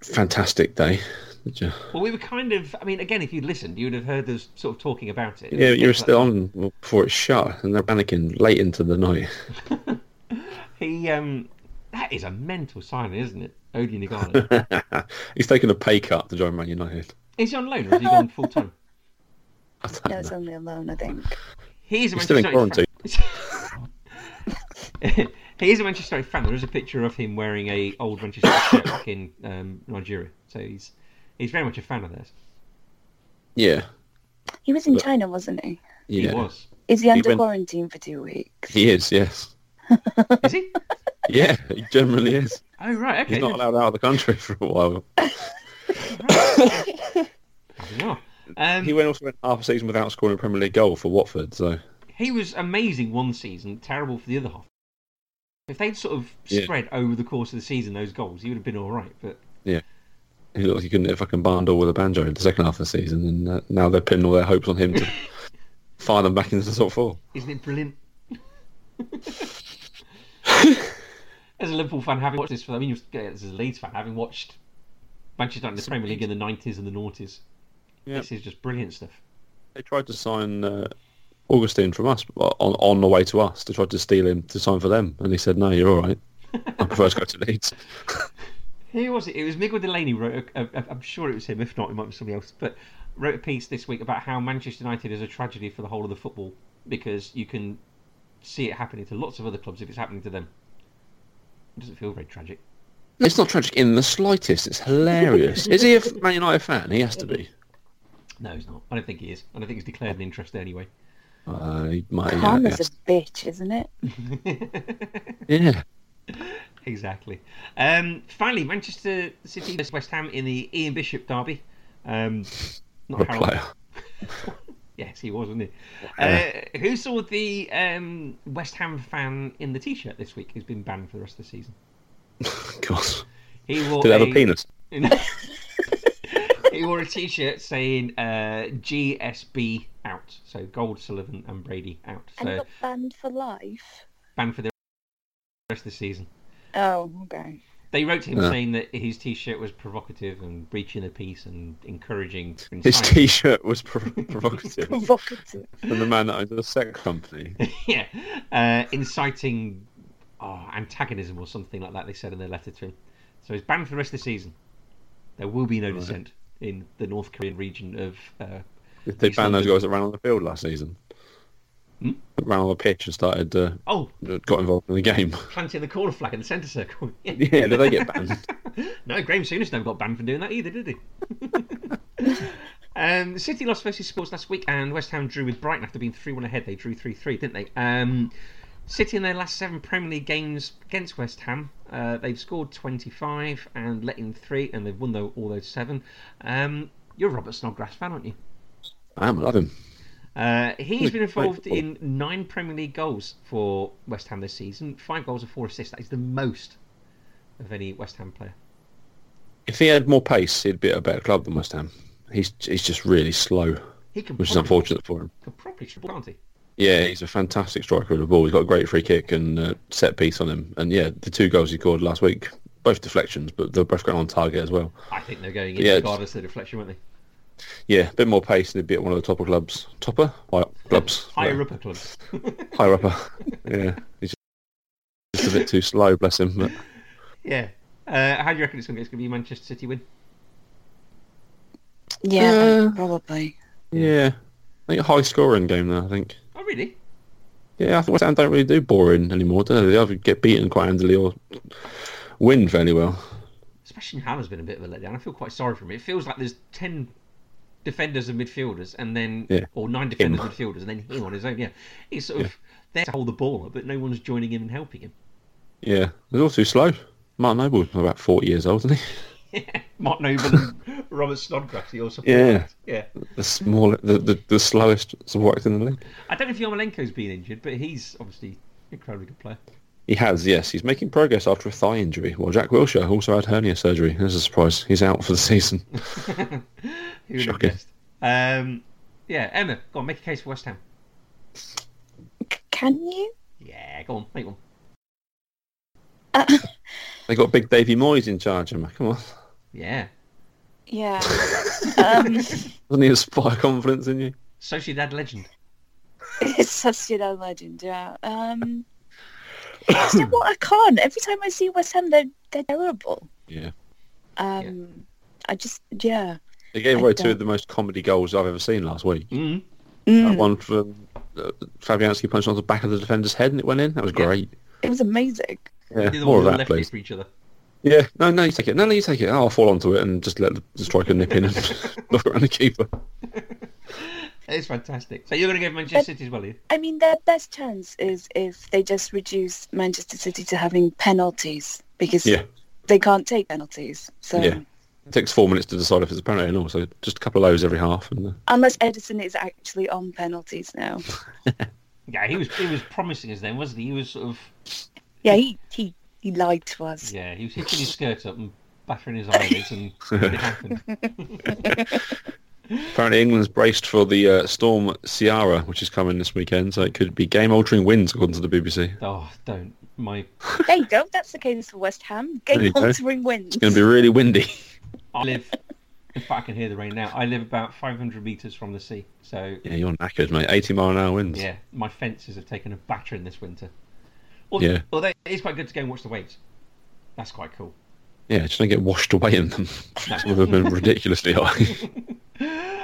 fantastic day. Did you?
Well, we were kind of. I mean, again, if you'd listened, you would have heard us sort of talking about it.
Yeah, you were still on before it shut, and they're panicking late into the night.
He. Um, that is a mental signing, isn't it? Odie Nagano.
He's taken a pay cut to join Man United.
is he on loan or has he gone full time?
I don't
No,
know.
it's only alone, I think.
He is a
He's still in
Manchester United fan. he is a Manchester United fan. There is a picture of him wearing a old Manchester United shirt back in um, Nigeria. So he's he's very much a fan of theirs.
Yeah,
He was in
But-
China, wasn't he?
yeah,
He was.
Is he under
went-
quarantine for two weeks?
He is. Yes,
Is he?
yeah, he generally is.
Oh right, okay.
He's not allowed out of the country for a while.
Yeah. Um,
He went also went half a season without scoring a Premier League goal for Watford. So
he was amazing one season, terrible for the other half. If they'd sort of
Yeah.
spread over the course of the season those goals, he would have been all right. But
he looked like he couldn't hit a fucking barn door with a banjo in the second half of the season, and uh, now they're pinning all their hopes on him to fire them back into the top four.
isn't it brilliant? As a Liverpool fan, having watched this, for, I mean, you- yeah, as a Leeds fan, having watched Manchester United in the Premier League in the nineties and the noughties,
Yeah.
this is just brilliant stuff.
They tried to sign uh, Augustine from us on on the way to us. They tried to steal him to sign for them, and he said, "No, you're all right. I prefer to go to Leeds."
Who was it? It was Miguel Delaney wrote. A, a, a, I'm sure it was him. If not, it might be somebody else. But wrote a piece this week about how Manchester United is a tragedy for the whole of the football because you can see it happening to lots of other clubs if it's happening to them. It doesn't feel very tragic.
It's not tragic in the slightest. It's hilarious. Is he a f- Man United fan? He has to be.
No, he's not. I don't think he is. I don't think he's declared an interest anyway.
Uh, he might. Yeah,
Calm
he
is
has-
a bitch, isn't it?
yeah.
Exactly. Um, finally, Manchester City versus West Ham in the Ian Bishop derby. Um, not
What a
Harold.
player.
Yes, he was, wasn't he?
Yeah.
Uh, who saw the um, West Ham fan in the T-shirt this week? Who's been banned for the rest of the season?
Of course.
He wore
Did they have a
a-
penis?
he wore a T-shirt saying uh, GSB out, so Gold, Sullivan, and Brady out.
And
So
got banned for life.
banned for the rest of the season.
Oh, okay.
They wrote to him
Yeah.
saying that his T-shirt was provocative and breaching the peace and encouraging.
His
inciting.
T-shirt was pro- provocative from
Provocative.
the man that owns the sex company.
yeah, uh, inciting oh, antagonism or something like that. They said in their letter to him. So he's banned for the rest of the season. There will be no dissent in the North Korean region of. Uh,
If They
He's
banned those
London.
guys that ran on the field last season.
Hmm?
That ran on the pitch and started uh,
oh,
got involved in the game.
planting the corner flag in the centre circle.
yeah, did they get banned?
no, Graham Souness never got banned for doing that either, did he? um, City lost versus Sports last week, and West Ham drew with Brighton after being 3 1 ahead. They drew 3 3, didn't they? Um, City in their last seven Premier League games against West Ham, uh, they've scored 25 and let in three, and they've won tho- all those seven. Um, you're a Robert Snodgrass fan, aren't you?
I am, I love him.
Uh, he's been
Wait, wait,
involved
hold
in nine Premier League goals for West Ham this season. Five goals and four assists. That is the most of any West Ham player.
If he had more pace, he'd be at a better club than West Ham. He's he's just really slow,
He can
which is
probably-
unfortunate for him.
Could probably shoot, can't he?
Yeah, he's a fantastic striker of the ball. He's got a great free kick and uh, set piece on him. And yeah, the two goals he scored last week, both deflections, but they're both going on target as well.
I think they're going in
Yeah, it's-
regardless of the deflection, weren't they?
Yeah, a bit more pace, and he'd be at one of the topper clubs. Topper? Higher clubs.
Higher upper clubs.
Higher upper. yeah, he's just a bit too slow, bless him. But
yeah. Uh, how do you reckon it's going to be? It's going to be a Manchester City win.
Yeah,
Uh,
probably.
yeah, I think a high scoring game there, I think.
Oh, really?
Yeah, I think West Ham don't really do boring anymore, do they? They either get beaten quite handily or win fairly well.
Especially Hammer's been a bit of a letdown. I feel quite sorry for him. It feels like there's ten defenders and midfielders, and then
Yeah.
or nine defenders and midfielders, and then him on his own. Yeah, he's sort of there to hold the ball up, but no one's joining him and helping him.
Yeah, they're all too slow. Martin Noble was about 40 years old, isn't he?
Mark Noble and Robert Snodgrass, he also
Yeah.
yeah.
The small, the, the, the slowest subject in the league.
I don't know if Yarmolenko's been injured, but he's obviously an incredibly good player.
He has, yes. He's making progress after a thigh injury. While Jack Wilshire also had hernia surgery. There's a surprise. He's out for the season.
Who would have
Shocking.
guessed? Um, yeah, Emma, go on, make a case for West Ham.
Can you?
Yeah, go on, make one.
They got big Davy Moyes in charge. Emma. Come on.
Yeah.
Yeah. um,
Doesn't he inspire confidence in you?
Sociedad legend.
it's Sociedad legend. Yeah. Um, I just don't want- I can't. Every time I see West Ham, they're they're terrible.
Yeah.
Um, I just yeah.
They gave
I
away two
don't- Hmm.
of the most comedy goals I've ever seen last week.
Mm.
That one from uh, Fabianski punched on the back of the defender's head and it went in. That was
Yeah.
great.
It was amazing.
The
Yeah,
other
more
one with
of
the
that,
left
please.
ear for each other.
Yeah, no, no, you take it. No, no, you take it. I'll fall onto it and just let the striker nip in and knock around the keeper.
It's fantastic. So you're going to give Manchester City as well, are you?
I mean, their best chance is if they just reduce Manchester City to having penalties because
Yeah,
they can't take penalties. So
Yeah. It takes four minutes to decide if it's a penalty or not, so just a couple of those every half. And, uh,
Unless Edison is actually on penalties now.
Yeah, he was he was promising us then, wasn't he? He was sort of
Yeah, he, he, he lied to us.
yeah, he was hitting his skirt up and battering his eyelids, and it happened.
apparently England's braced for the uh, storm Ciara, which is coming this weekend, so it could be game-altering winds, according to the BBC.
Oh, don't my
There you go. That's the case for West Ham.
you
Game
go.
altering wins.
It's going to be really windy.
I live. In fact, I can hear the rain now. I live about 500 meters from the sea, so
Yeah, you're knackered, mate. 80 mile an hour winds.
yeah, my fences have taken a battering this winter. Al-
Yeah.
although it is quite good to go and watch the waves. That's quite cool.
Yeah, just don't get washed away in them. Some of them have been ridiculously high.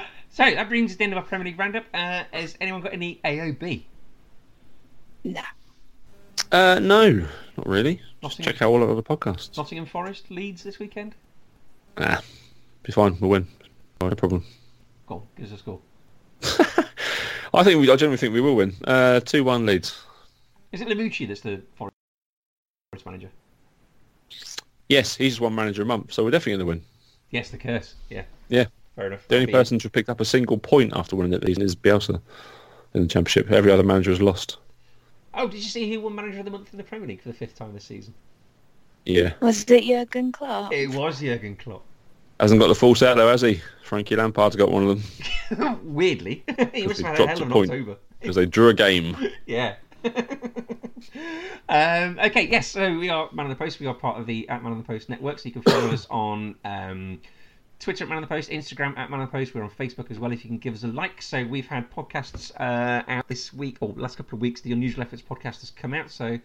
So that brings us to the end of our Premier League roundup. Uh, has anyone got any AOB?
Nah.
Uh, no, not really. Just
Nothing.
check out all our other podcasts.
Nottingham Forest leads this weekend.
Nah, be fine. We'll win. No problem.
Go on, give us a score.
I think we, I generally think we will win. Uh, two one leads.
Is it Lamucci that's the Forest manager?
Yes, he's one manager a month, so we're definitely going to win.
Yes, the curse. Yeah,
Yeah,
fair enough.
the only
Beat-
person to have picked up a single point after winning that season is Bielsa in the championship. Every other manager has lost.
Oh, did you see who won Manager of the Month in the Premier League for the fifth time this season?
Yeah,
Was it Jurgen Klopp?
It was Jurgen Klopp.
hasn't got the full set though, has he? Frankie Lampard's got one of them
Weirdly, he must
he
have had a hell
dropped a
of an
point.
October.
because they drew a game.
Yeah. um, okay, yes, so we are Man on the Post. We are part of the at Man on the Post network, so you can follow us on um, Twitter at Man on the Post, Instagram at Man on the Post. We're on Facebook as well if you can give us a like. So we've had podcasts uh, out this week, or last couple of weeks. The Unusual Efforts podcast has come out, so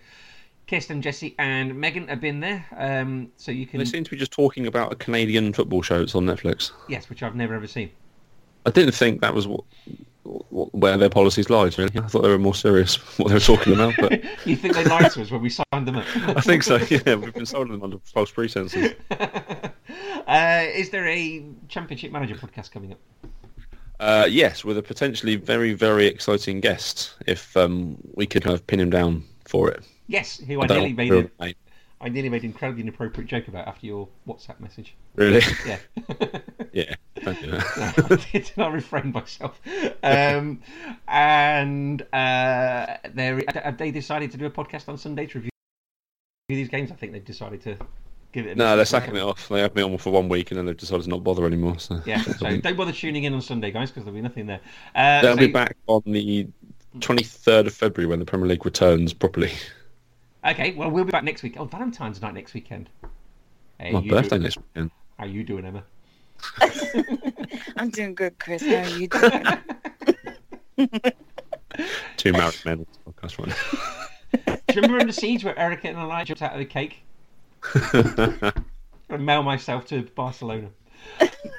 Kirsten, Jesse, and Megan have been there. Um, so you can.
They seem to be just talking about a Canadian football show that's on Netflix.
Yes, which I've never ever seen.
I didn't think that was what, what, where their policies lied. Really, I thought they were more serious what they were talking about. But
You think they lied to us when we signed them up?
I think so. Yeah, we've been sold them under false pretenses.
Uh, is there a Championship Manager podcast coming up?
Uh, yes, with a potentially very very exciting guest, if um, we could kind of pin him down for it.
Yes, who
I
I
don't
nearly made
know
an,
the name,
I nearly made an incredibly inappropriate joke about after your WhatsApp message.
Really?
Yeah,
yeah. Don't do that.
I did I refrained myself. Um, and uh, there, have they decided to do a podcast on Sunday to review these games? I think they've decided to give it. A
No,
miss.
they're sacking it off. They have me on for one week, and then they've decided to not bother anymore. So
Yeah, so don't bother tuning in on Sunday, guys, because there'll be nothing there. Uh,
they'll
so-
be back on the 23rd of February when the Premier League returns properly.
Okay, well, we'll be back next week. Oh, Valentine's night next weekend. Hey,
My
you
birthday
do-
next weekend.
How you doing, Emma?
I'm doing good, Chris. How are you doing?
Two married men. on this Podcast right now.
Do you remember in the siege where Erica and I jumped out of the cake? I mail myself to Barcelona.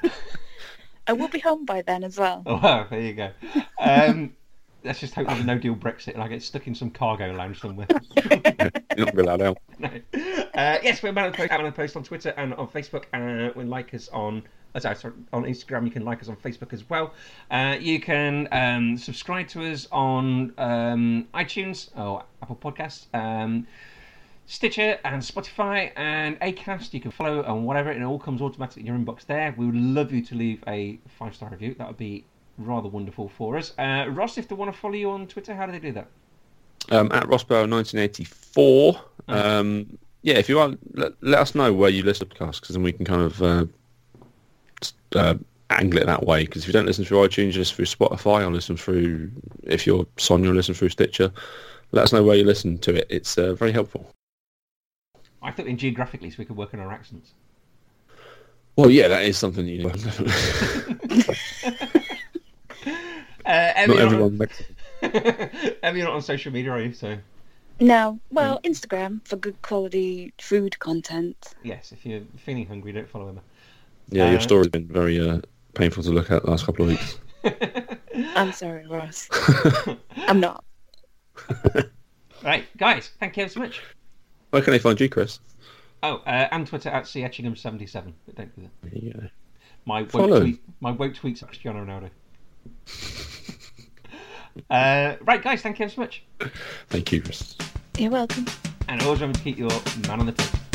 I will be home by then as well.
Oh, wow, there you go. Um, let's just hope there's a no deal Brexit and I get stuck in some cargo lounge somewhere.
You're not going to allow out.
No. Uh, yes, we're Man of the Post, at Man of the Post on Twitter and on Facebook. Uh, we like us on. uh, Sorry, sorry, on Instagram, you can like us on Facebook as well. Uh, you can um, subscribe to us on um, iTunes or Apple Podcasts, um, Stitcher, and Spotify, and Acast. You can follow and whatever, and it all comes automatically in your inbox there. We would love you to leave a five star review. That would be rather wonderful for us. Uh, Ross, if they want to follow you on Twitter, how do they do that?
um, at Rossborough 1984. Um, yeah, if you are, let, let us know where you listen to podcasts, because then we can kind of uh, s- uh, angle it that way. Because if you don't listen through iTunes, you listen through Spotify, or listen through, if you're Sonia, listen through Stitcher. Let us know where you listen to it. It's uh, very helpful.
I thought in geographically so we could work on our accents.
Well, yeah, that is something you need.
Uh, Emma, you're
Not
not-
everyone makes it.
Emma, you're not on social media, are you? So
No, well, Instagram for good quality food content.
yes, if you're feeling hungry, don't follow Emma.
Yeah,
Uh,
your story's been very uh, painful to look at the last couple of weeks.
I'm sorry, Ross. I'm not.
Right, guys, thank you so much.
Where can they find you, Chris?
Oh, uh, and Twitter at chetchingham77. But don't do that.
Yeah.
My woke,
Follow.
tweet, my woke tweets are Cristiano Ronaldo. uh, right, guys, thank you so much.
Thank you, Chris.
You're welcome.
And always remember to keep your man on the post.